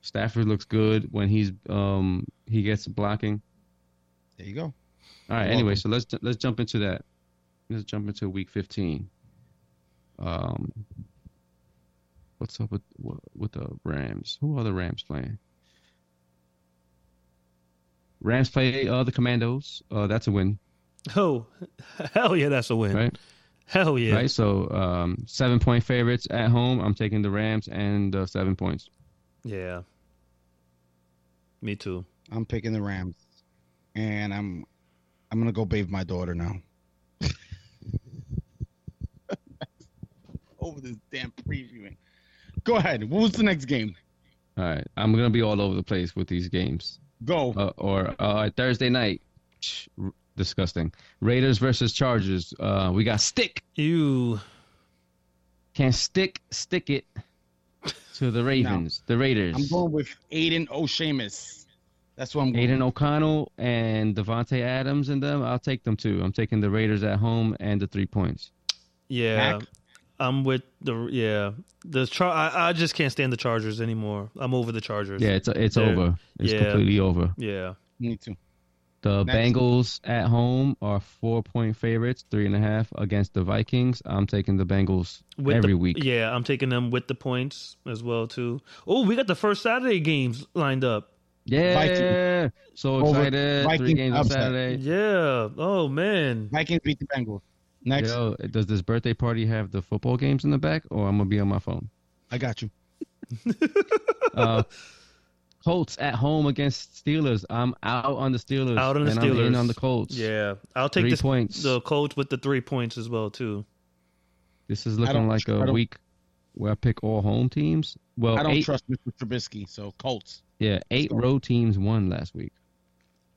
Stafford looks good when he's um he gets blocking. There you go. All right. You're Anyway, welcome. so let's let's jump into that. Let's jump into week fifteen. Um, what's up with with the Rams? Who are the Rams playing? Rams play uh, the Commandos. Uh, that's a win, Oh, hell yeah, that's a win. right? Hell yeah. Right. So um, seven point favorites at home. I'm taking the Rams and the seven points. Yeah. Me too. I'm picking the Rams, and I'm I'm gonna go bathe my daughter now. Over this damn previewing. Go ahead. What was the next game? All right. I'm gonna be all over the place with these games. Go. uh, or uh, Thursday night. Shh, r- Disgusting. Raiders versus Chargers. Uh, we got stick. You Can stick stick it to the Ravens, the Raiders. I'm going with Aiden O'Shamus. That's what I'm going. Aiden O'Connell and Devontae Adams and them. I'll take them too. I'm taking the Raiders at home and the three points. yeah. Mac? I'm with the yeah the char. I, I just can't stand the Chargers anymore. I'm over the Chargers. Yeah, it's it's They're- over. It's yeah. completely over. yeah. Me too. The Next. Bengals at home are four point favorites, three and a half against the Vikings. I'm taking the Bengals With every the, week. Yeah, I'm taking them with the points as well too. Oh, we got the first Saturday games lined up. Yeah, Vikings. so Over- excited. three Vikings games on upset. Saturday. Yeah. Oh man. Vikings beat the Bengals. Next, Yo, does this birthday party have the football games in the back, or I'm gonna be on my phone? I got you. Uh, Colts at home against Steelers. I'm out on the Steelers. Out on the and I'm in Steelers. on the Colts. Yeah, I'll take Three this, points. the Colts with the three points as well too. This is I looking don't- like I a don't- week where I pick all home teams. Well, I don't eight, trust Mr. Trubisky, so Colts. yeah, eight row teams won last week.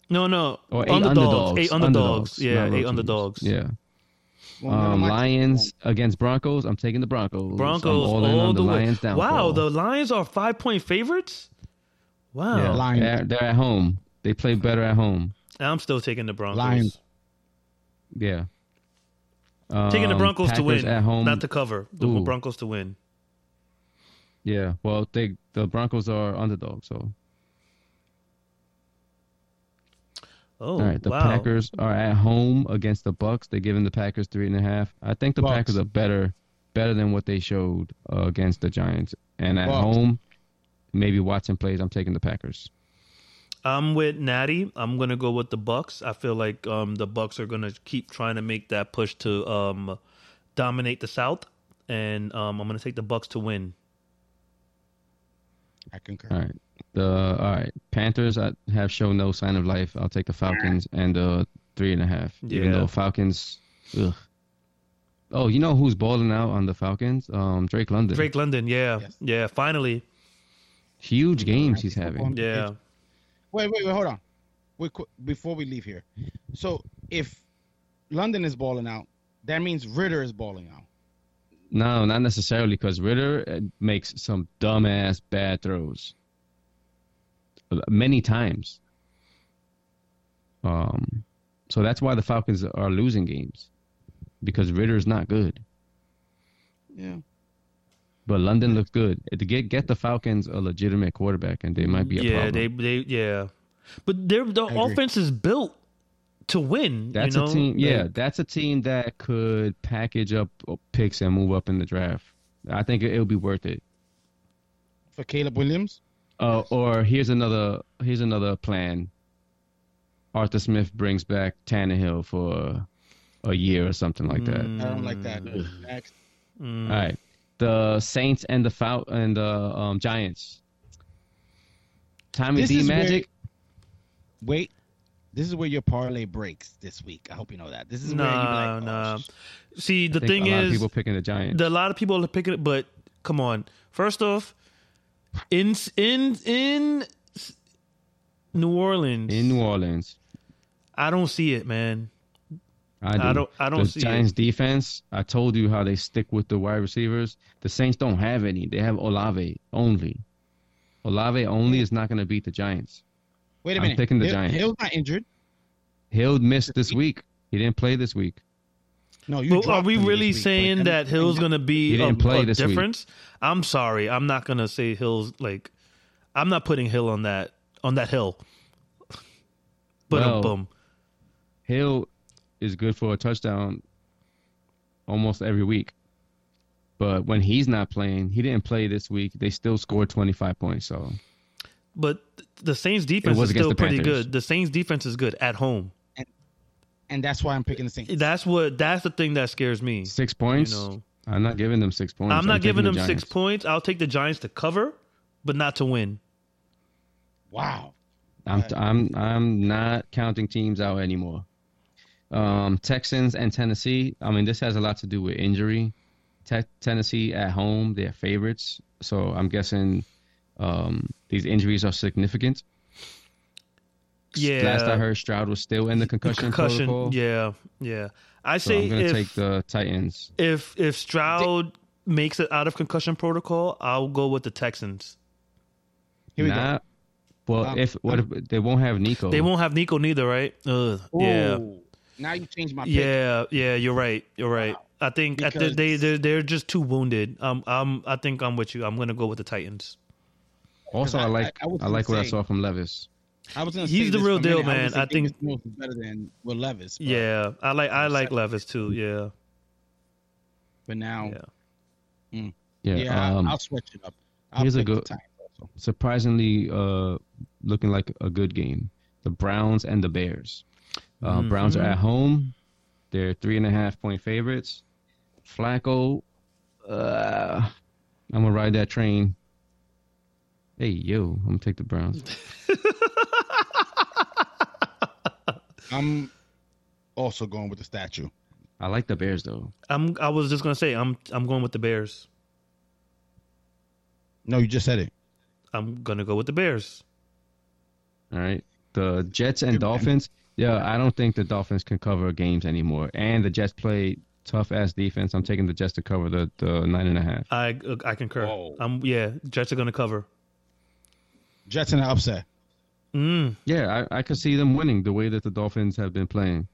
No, no. Or eight underdogs. underdogs. Eight underdogs. Yeah, not road eight teams. underdogs. Yeah. Well, never Um, mind. Lions against Broncos. I'm taking the Broncos. Broncos I'm all all, in on the, the, way. Lions down. Wow, the Lions are five point favorites. Wow, yeah, Lions. They're, they're at home. They play better at home. I'm still taking the Broncos. Lions. Yeah. Taking the Um, Broncos to Packers win, at home. not to cover. The Ooh. Broncos to win. Yeah, well, they the Broncos are underdogs, so Oh, all right. The wow. Packers are at home against the Bucks. They're giving the Packers three and a half. I think the Bucks. Packers are better, better than what they showed uh, against the Giants. And at Bucks. home, maybe Watson plays. I'm taking the Packers. I'm with Natty. I'm gonna go with the Bucks. I feel like um, the Bucks are gonna keep trying to make that push to um, dominate the South, and um, I'm gonna take the Bucks to win. I concur. All right. The all right Panthers I have shown no sign of life. I'll take the Falcons and uh three and a half. Even Yeah. though Falcons, ugh. Oh, you know who's balling out on the Falcons? Um, Drake London. Drake London, yeah, Yes. yeah, finally, Huge games he's having. yeah, Wait, wait, wait. Hold on. Wait, qu- before we leave here, so if London is balling out, that means Ritter is balling out. No, not necessarily, because Ritter uh, makes some dumbass bad throws Uh, many times. Um, so that's why the Falcons are losing games because Ritter's not good. Yeah. But London looks good. To get get the Falcons a legitimate quarterback, and they might be a yeah. problem. They, they, yeah, but their the agree. offense is built to win. that's you know? a team. Yeah, Like, that's a team that could package up uh, picks and move up in the draft. I think it, it'll be worth it. For Caleb Williams, Uh, or here's another here's another plan. Arthur Smith brings back Tannehill for a year or something like that. I don't like that. Mm. Next. All Hmm. right, the Saints and the Fou- and the um, Giants. Tommy This D is where- Magic. Wait. This is where your parlay breaks this week. I hope you know that. This is where you Nah, like, oh, nah. sh- See, the I think thing a lot of is, people picking the Giants. the, a lot of people are picking it, but come on. First off, in in in New Orleans, in New Orleans. I don't see it, man. I, do. I don't- I don't The see it. Giants defense. I told you how they stick with the wide receivers. The Saints don't have any. They have Olave only. Olave only is not going to beat the Giants. Wait a I'm minute. picking the Hill- Giants. Hill's not injured. Hill missed this week. He didn't play this week. No, you. But are dropped we him this really week, but saying then- that Hill's going to He be a, didn't play a this week. difference? I'm sorry, I'm not going to say Hill's like. I'm not putting Hill on that on that hill. But um, Well, boom, Hill is good for a touchdown almost every week. But when he's not playing, he didn't play this week. They still scored 25 points. So but the Saints defense was is against still the pretty Panthers. good. The Saints defense is good at home. And that's why I'm picking the Saints. That's what that's the thing that scares me. six points. You know. I'm not giving them six points. I'm not taking giving the them six Giants. points. I'll take the Giants to cover, but not to win. Wow. I'm I'm I'm not counting teams out anymore. Um, Texans and Tennessee. I mean, this has a lot to do with injury. Te- Tennessee at home, they're favorites, so I'm guessing um, these injuries are significant. Yeah. Last I heard, Stroud was still in the concussion, protocol. Yeah, yeah. I so say I'm gonna if take the Titans. if if Stroud makes it out of concussion protocol, I'll go with the Texans. Here we go. Not- Well, Um, if what if they won't have Nico? They won't have Nico neither, right? Ugh, yeah, Ooh, Now you changed my pick. yeah, yeah. You're right. You're right. I think I think they they're, they're just too wounded. Um, I'm I think I'm with you. I'm gonna go with the Titans. Also, I, I- like I- I, I was like gonna what I say- saw from Levis. I was gonna He's say the this real for a minute. deal, I was man. I gonna say think- Davis Mills is better than Will Levis. but- Yeah, I like I like Levis too. Yeah, but now yeah. Yeah, yeah, I'll- um, I'll switch it up. I'll here's a pick the good- Titans also. surprisingly uh, looking like a good game. The Browns and the Bears. Uh, Browns are at home. They're three and a half point favorites. Flacco, uh, I'm gonna ride that train. Hey yo, I'm gonna take the Browns. I'm also going with the statue. I like the Bears though. I'm I was just gonna say I'm I'm going with the Bears. No, you just said it. I'm gonna go with the Bears. All right, the Jets and Dolphins. Yeah, I don't think the Dolphins can cover games anymore. And the Jets play tough ass defense. I'm taking the Jets to cover the the nine and a half. I I concur. Whoa. I'm yeah. Jets are gonna cover. Jets in an upset. Mm. Yeah, I, I could see them winning the way that the Dolphins have been playing.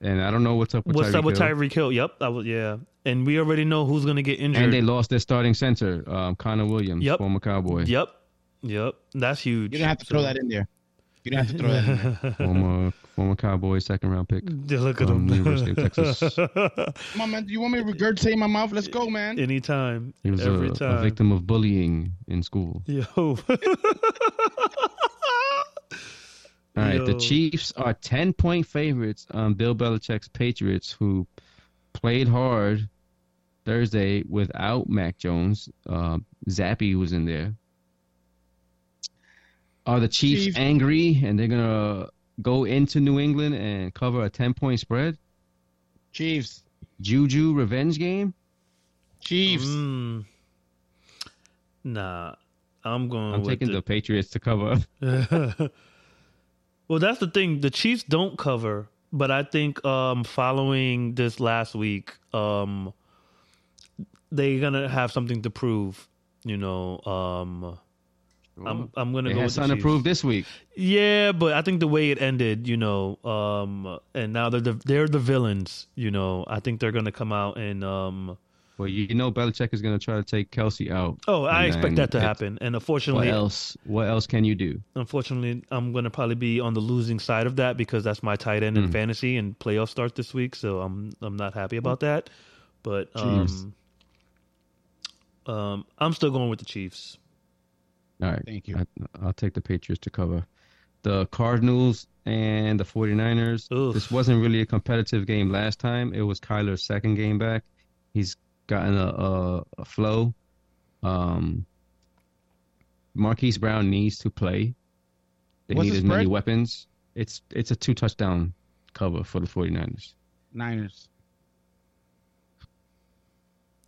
And I don't know what's up with What's Tyreek up with Hill. Tyreek Hill? Yep. I was, yeah. And we already know who's gonna get injured. And they lost their starting center, um, Connor Williams, Yep. former Cowboy, Yep. Yep. That's huge. You didn't have to throw that in there. You didn't have to throw that in there. former former Cowboy second round pick. Look at Um, University him. of Texas. Come on, man. Do you want me to regurgitate my mouth? Let's go, man. Anytime. He was a, every time. a victim of bullying in school. Yo. All right, the Yo. Chiefs are ten point favorites on Bill Belichick's Patriots, who played hard Thursday without Mac Jones. Uh, Zappy was in there. Are the Chiefs Chiefs. angry and they're gonna go into New England and cover a ten point spread? Chiefs. Juju revenge game? Chiefs. Mm. Nah. I'm going I'm with taking the- the Patriots to cover. well, that's the thing. The Chiefs don't cover, but I think um, following this last week, um, they're gonna have something to prove. You know, um, I'm I'm gonna they go had with the something to Chiefs. prove this week. Yeah, but I think the way it ended, you know, um, and now they're the, they're the villains. You know, I think they're gonna come out and. Um, Well, you you know Belichick is gonna try to take Kelsey out. oh, I And expect then that to it's- happen, and What unfortunately, else? What else can you do? unfortunately, I'm gonna probably be on the losing side of that because that's my tight end Mm. in fantasy and playoff starts this week, so I'm I'm not happy Mm. about that. But um, um, I'm still going with the Chiefs. All right. Thank you. I, I'll take the Patriots to cover. The Cardinals and the 49ers. Oof. This wasn't really a competitive game last time. It was Kyler's second game back. He's gotten a, a, a flow. Um, Marquise Brown needs to play. They What's need the as many spread? weapons. It's it's a two touchdown cover for the 49ers. Oh. Niners.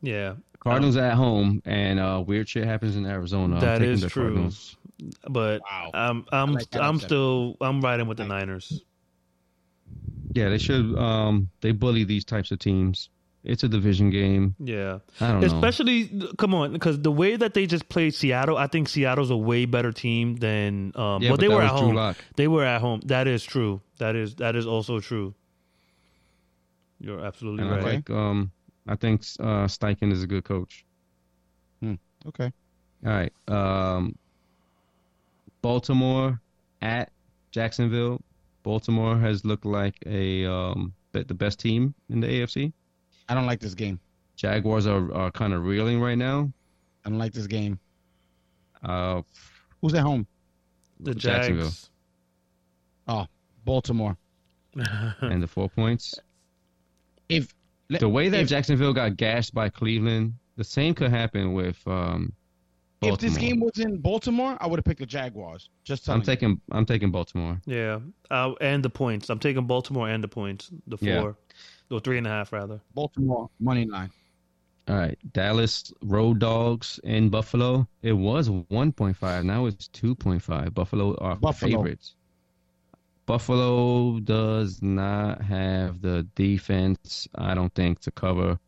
Yeah, Cardinals at home, and uh, weird shit happens in Arizona. That I'm taking is the true. Cardinals. but Wow. I'm I'm I like that I'm upset. still I'm riding with the Niners. Yeah, they should. Um, they bully these types of teams. It's a division game. Yeah, I don't know. especially come on because the way that they just played Seattle, I think Seattle's a way better team than um. Yeah, well, but they that were was at Drew home. Lock. They were at home. That is true. That is that is also true. You're absolutely And right. I like. Um, I think uh, Steichen is a good coach. Okay. All right. Um, Baltimore at Jacksonville. Baltimore has looked like a um, the the best team in the AFC. I don't like this game. Jaguars are, are kind of reeling right now. I don't like this game. Uh, Who's at home? The Jacksonville. Jags. Baltimore. and the four points. If The way that If- Jacksonville got gashed by Cleveland, the same could happen with um, Baltimore. if this game was in Baltimore, I would have picked the Jaguars. Just I'm telling you. taking I'm taking Baltimore. Yeah, uh, and the points. I'm taking Baltimore and the points. The Yeah. four, or three and a half rather. Baltimore money line. All right, Dallas Road Dogs in Buffalo. It was 1.5, now it's 2.5. Buffalo are Buffalo. favorites. Buffalo does not have the defense, I don't think, to cover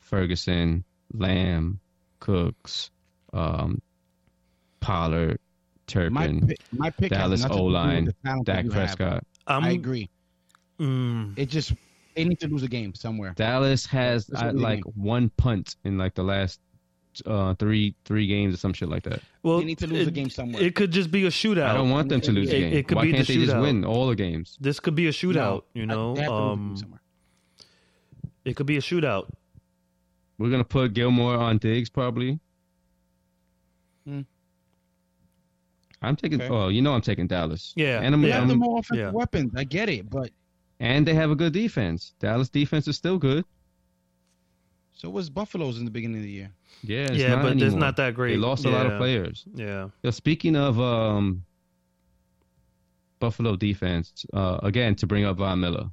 Ferguson, Lamb, Cooks, um, Pollard, My Turpin, pick, my pick Dallas has nothing to do with O-line, the talent that Dak you have. Prescott. I'm, I agree. mm, It just They need to lose a game somewhere. Dallas has That's I, what we like one punt in like the last uh, three three games or some shit like that. Well, They need to lose it, a game somewhere. It could just be a shootout. I don't want them to lose a It- game. it could Why be the can't they just shootout. win all the games? this could be a shootout. you know, They have to lose a game um, somewhere. it could be a shootout. We're gonna put Gilmore on Diggs probably. Hmm. I'm taking. Okay. Oh, you know I'm taking Dallas. Yeah. and I'm, They Yeah. um, have the I'm- more offensive yeah. weapons. I get it, but and they have a good defense. Dallas defense is still good. so was Buffalo's in the beginning of the year. Yeah, it's Yeah, not but it's anymore. not that great. They lost a lot of Yeah. players. Yeah. Yeah, speaking of um, Buffalo defense, uh, again to bring up Von Miller,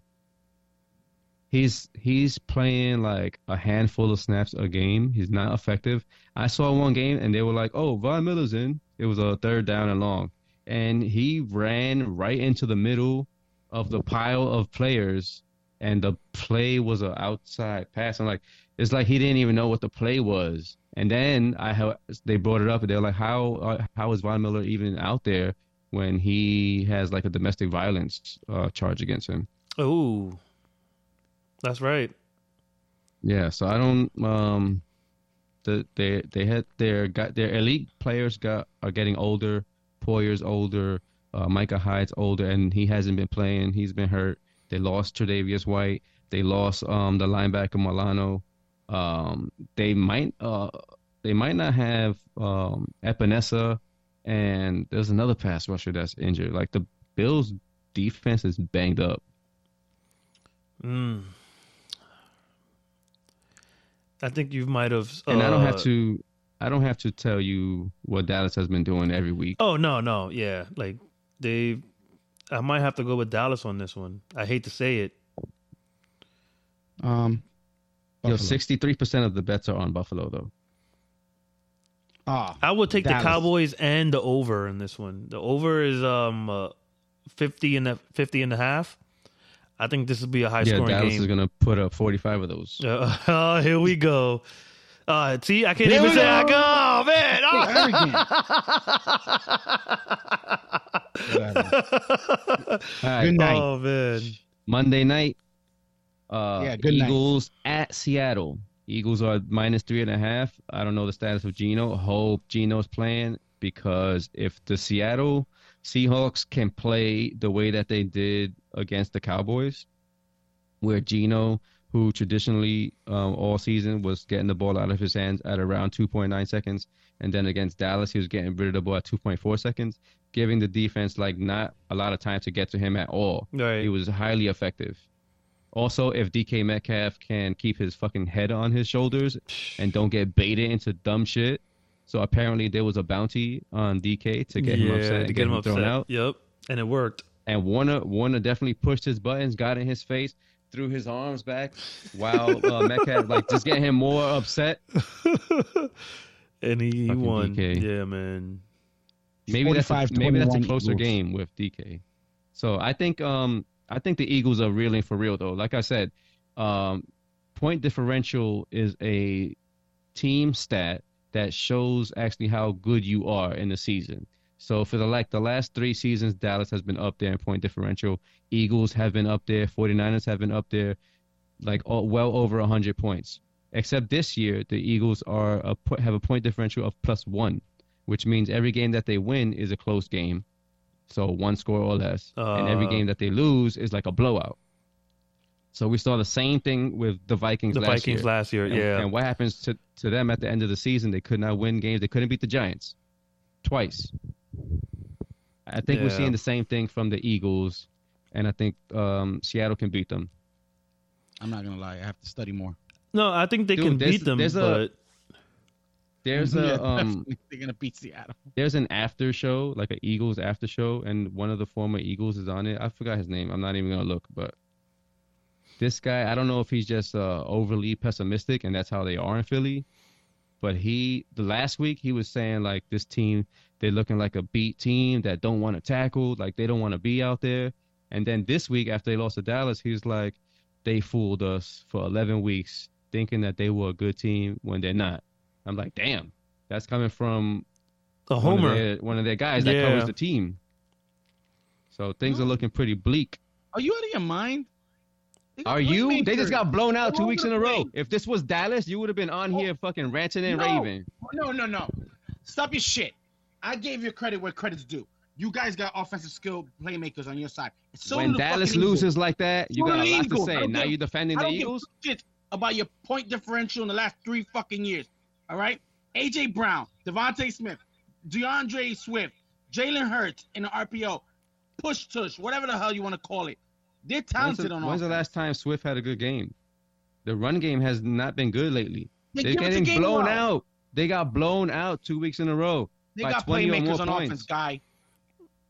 he's he's playing like a handful of snaps a game. He's not effective. I saw one game and they were like, "Oh, Von Miller's in." It was a third down and long, and he ran right into the middle of the pile of players, and the play was an outside pass. I'm like, it's like he didn't even know what the play was. And then I ha- they brought it up, and they're like, "How uh, how is Von Miller even out there when he has like a domestic violence uh, charge against him?" Oh, that's right. Yeah, so I don't. Um, the they they had their got their elite players got are getting older. Poyer's older. Uh, Micah Hyde's older, and he hasn't been playing. He's been hurt. They lost Tre'Davious White. They lost um the linebacker Milano. Um, they might uh they might not have um Epinesa, and there's another pass rusher that's injured. Like the Bills' defense is banged up. Mm. I think you might have. and I don't uh, have to. I don't have to tell you what Dallas has been doing every week. Oh no, no, yeah, like they. I might have to go with Dallas on this one. I hate to say it. Um, Yo, Buffalo. sixty-three percent of the bets are on Buffalo, though. Ah, I would take Dallas. the Cowboys and the over in this one. The over is um uh, 50 and a, 50 and a half. I think this will be a high yeah, scoring Dallas game. is gonna put up forty-five of those. Uh, oh, here we go. Uh, see, I can't Here even we say I go. go, oh, man. so Oh. arrogant. Whatever. All right, Good night. oh man, Monday night. Uh, Yeah, good night. Eagles at Seattle. Eagles are minus three and a half. I don't know the status of Geno. Hope Geno's playing because if the Seattle Seahawks can play the way that they did against the Cowboys, where Geno, who traditionally um, all season was getting the ball out of his hands at around 2.9 seconds, and then against Dallas, he was getting rid of the ball at 2.4 seconds, giving the defense like not a lot of time to get to him at all. right? He was highly effective. Also, if DK Metcalf can keep his fucking head on his shoulders and don't get baited into dumb shit. So apparently there was a bounty on DK to get him Yeah, upset, and to get him thrown upset. out. Yep, and it worked. And Warner Warner definitely pushed his buttons, got in his face, threw his arms back, while uh, Metcalf like just getting him more upset. and he, he Fucking won. DK. Yeah, man. Maybe that's a, 45, maybe that's a 21 closer Eagles. game with DK. So I think um I think the Eagles are reeling for real though. Like I said, um point differential is a team stat that shows actually how good you are in the season. So for the like the last 3 seasons Dallas has been up there in point differential. Eagles have been up there, 49ers have been up there like all, well over 100 points. Except this year the Eagles are a, po- have a point differential of plus 1 which means every game that they win is a close game, so one score or less, and every Uh, game that they lose is like a blowout. So we saw the same thing with the Vikings The last Vikings year. last year, and, yeah. and what happens to, to them at the end of the season? They could not win games. They couldn't beat the Giants twice. I think we're Yeah. seeing the same thing from the Eagles, and I think um, Seattle can beat them. I'm not gonna lie. I have to study more. no, I think they Dude, can there's- beat them, there's a- but There's Yeah, a um, definitely they're gonna beat Seattle. there's an after show, like an Eagles after show, and one of the former Eagles is on it. I forgot his name. I'm not even gonna look, but this guy, I don't know if he's just uh, overly pessimistic, and that's how they are in Philly. But he, the last week, he was saying like this team, they're looking like a beat team that don't want to tackle, like they don't want to be out there. And then this week, after they lost to Dallas, he was like, they fooled us for 11 weeks, thinking that they were a good team when they're not. I'm like, damn, that's coming from a one of homer. their, one of their guys that Yeah. covers the team. So things are looking pretty bleak. Are you out of your mind? Are you? They just got blown out two weeks in a row. If this was Dallas, you would have been on here fucking ranting and No. raving. No, no, no. Stop your shit. I gave you credit where credit's due. You guys got offensive skill playmakers on your side. So when do the Dallas fucking Eagles. loses like that, you So got do the a lot to Eagles. I say. don't Now give- you're defending I the don't give Eagles. a shit about your point differential in the last three fucking years. All right, AJ Brown, Devontae Smith, DeAndre Swift, Jalen Hurts in the RPO, push tush, whatever the hell you want to call it. They're When's talented the, on when's the offense. last time Swift had a good game? The run game has not been good lately. They They're give us the getting game blown away. out. They got blown out two weeks in a row. They by got 20 or more playmakers on points. offense, guy.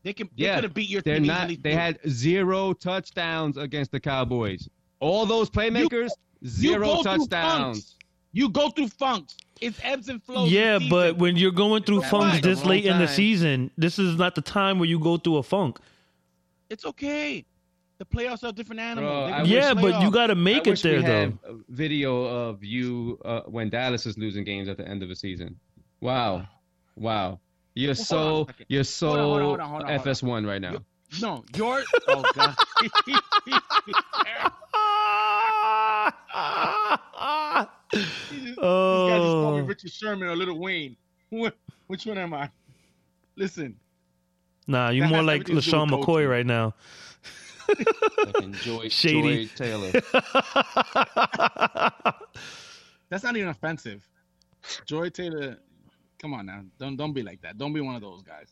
They can. They Yeah, could have beat your They're team not. easily, They too. had zero touchdowns against the Cowboys. All those playmakers, You zero go through touchdowns. funks. You go through funks. It's ebbs and flows. Yeah, this but season. when you're going through Right. funks Right. this The late whole in the time. season, this is not the time where you go through a funk. it's okay. The playoffs are a different animal. Bro, They're I gonna wish- yeah, play but you playoffs. got to make I it wish we there had though. a video of you uh, when Dallas is losing games at the end of the season. Wow, wow, you're Hold so on a second. you're Hold on, hold on, so hold on, hold on, hold on. FS1 right now. No, your oh god. You guys just call me oh, Richard Sherman or Little Wayne. What, which one am I? Listen, nah, you're That more has like everything to do LaShawn with McCoy coaching. right now. Fucking Joy, Shady. Joy Taylor. that's not even offensive. Joy Taylor, come on now. Don't don't be like that. Don't be one of those guys.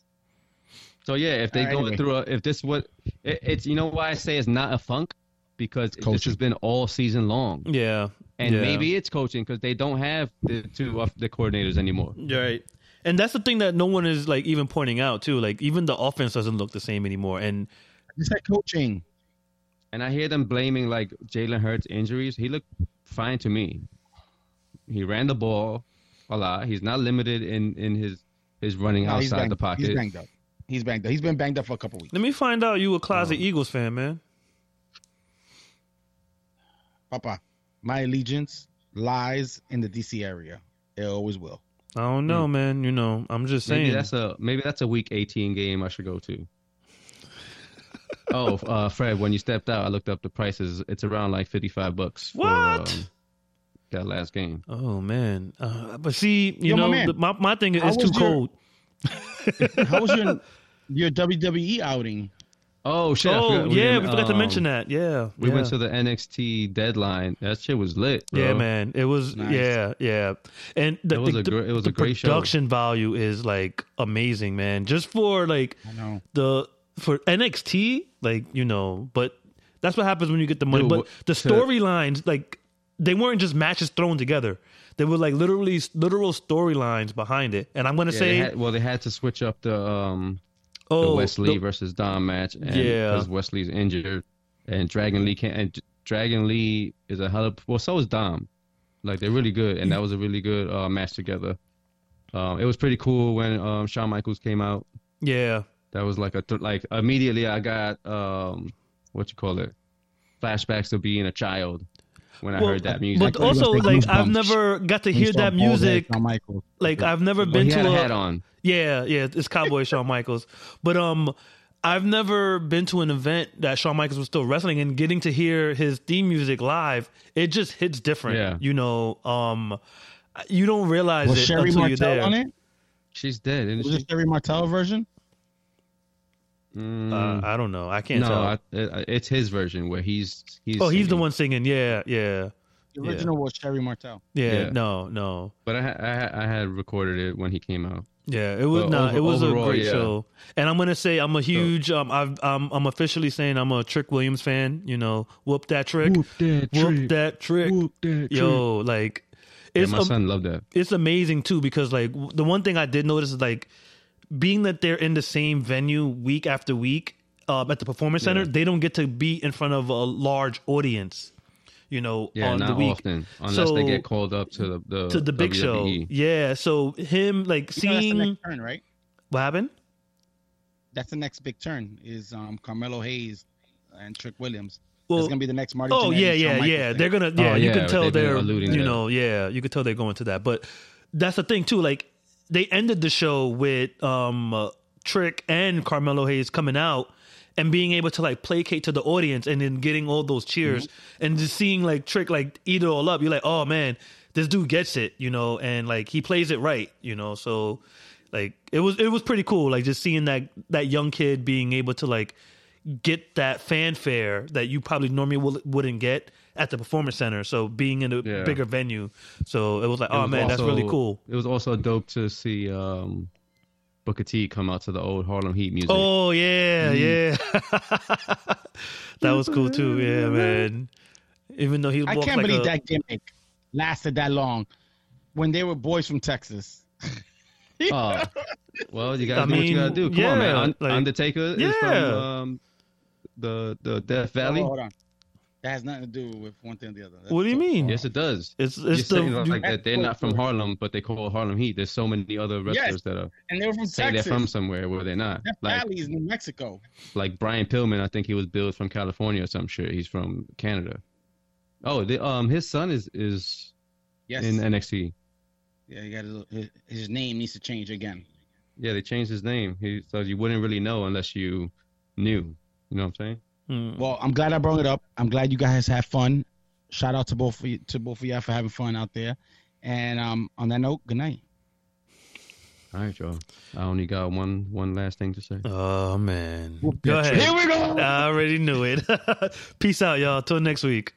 So yeah, if they go Anyway. through a, if this what it, it's you know why I say it's not a funk because this Coaching. has been all season long yeah, and yeah. maybe it's coaching because they don't have the two of the coordinators anymore. Right. And that's the thing that no one is like even pointing out too. Like even the offense doesn't look the same anymore. And You said coaching. And I hear them blaming like Jalen Hurts injuries. He looked fine to me. He ran the ball a lot. He's not limited in in his his running No, he's outside banged, the He's pocket. banged up. He's banged up. He's been banged up for a couple weeks. let me find out you a closet Oh. Eagles fan, man. Papa, my allegiance lies in the DC area. It always will. I don't know, man. You know, I'm just saying. Hmm. Maybe that's a maybe that's a week 18 game I should go to. oh, uh, Fred, when you stepped out, I looked up the prices. It's around like 55 bucks. for, What? um, that last game. oh man. Uh, but see, you Yo, my know, man. the, my my thing is How it's too was your- cold. How was your your WWE outing? Oh shit! I Oh forgot- yeah, didn't, we forgot to um, mention that. Yeah, We yeah. went to the NXT deadline. That shit was lit. Bro. Yeah, man. It was Nice. yeah, yeah. And the, It was the- a gr- it was the a great show. production value is like amazing, man. Just for like I know. the for NXT, like you know, but that's what happens when you get the money. Dude, but wh- the to- storylines, like they weren't just matches thrown together. They were like literally literal storylines behind it. And I'm gonna Yeah, say, they had, well, they had to switch up the um oh, the Wesley the- versus Don match, and Yeah. because Wesley's injured, and Dragon Lee can't. And Dragon Lee is a hell of well, so is Dom. Like they're really good, and that was a really good uh, match together. Um, it was pretty cool when um, Shawn Michaels came out. yeah, That was like a th- like immediately I got um, what you call it, flashbacks of being a child when I Well, heard that music. but Exactly. also Like like I've goosebumps. never got to When you hear saw that Bald Head music. Shawn Michaels. Like I've never Well, been he to had a a hat on. Yeah, yeah, it's Cowboy Shawn Michaels. But um I've never been to an event that Shawn Michaels was still wrestling and getting to hear his theme music live, it just hits different. Yeah. You know, um you don't realize Was it Sherry until you're Martel there. on it? She's dead, isn't Was she? it Sherry Martel version? Mm. Uh, I don't know. I can't no, tell. I, it, it's his version where he's he's. oh, he's the singing. one singing. Yeah, yeah, The Yeah. original was Sherry Martel. yeah. Yeah. No, no. But I, ha- I ha- I had recorded it when he came out. Yeah, it was But nah, over- it was overall, a great yeah. show. And I'm gonna say I'm a huge um I've I'm I'm officially saying I'm a Trick Williams fan, you know, whoop that trick. Whoop, that that trick. that Yo, like it's my a- son loved that. it's amazing too because like w- the one thing I did notice is like being that they're in the same venue week after week uh, at the performance center, they don't get to be in front of a large audience, you know, Yeah, on the not week often unless they So- get called up to the, the E. to the big show. WWE. Yeah, so him like You know, that's the seeing next turn, right? what happened. That's the next big turn is um, Carmelo Hayes and Trick Williams. Well, That's gonna be the next Marty. Oh Jannetty, yeah, Shawn yeah, Michaels yeah. thing. They're gonna yeah. you Oh, yeah, can tell they've been they're alluding to you that. know yeah. You can tell they're going to that, but that's the thing too. Like they ended the show with um uh, Trick and Carmelo Hayes coming out, and being able to like placate to the audience and then getting all those cheers Mm-hmm. and just seeing like Trick like eat it all up. You're like, oh man, this dude gets it, you know, and like he plays it right, you know. So like it was it was pretty cool, like just seeing that that young kid being able to like get that fanfare that you probably normally will, wouldn't get at the performance center. So being in a Yeah. bigger venue, so it was like, It oh was man, that's also- really cool. It was also dope to see um, Booker T come out to the old Harlem Heat music. Oh yeah, Mm-hmm. yeah. that was cool too. Yeah, man. Even though he I walked can't like believe a, that gimmick lasted that long when they were boys from Texas. Oh. well, you gotta I do what mean, you gotta do. Come on, man. yeah, Un- like- Undertaker is Yeah. from um, the the Death Valley. Oh, hold on. That has nothing to do with one thing or the other. That's What do you all- mean? Yes, it does. It's You're it's the saying you- like that they're not from Harlem, but they call Harlem Heat. There's so many other wrestlers that are And they were from say Texas. they're from somewhere where they're not. Death Like Valley is New Mexico. like Brian Pillman, I think he was billed from California or some shit. He's from Canada. Oh, the, um, his son is is Yes. in NXT. yeah, you got to. His, his name needs to change again. Yeah, they changed his name. He so you wouldn't really know unless you knew. You know what I'm saying? Mm. Well, I'm glad I brought it up. I'm glad you guys had fun. Shout out to both of you, to both of y'all for having fun out there. And um, on that note, good night. All right, y'all. I only got one one last thing to say. oh man. Whoop Go your ahead. Here we go. I already knew it. Peace out, y'all. Till next week.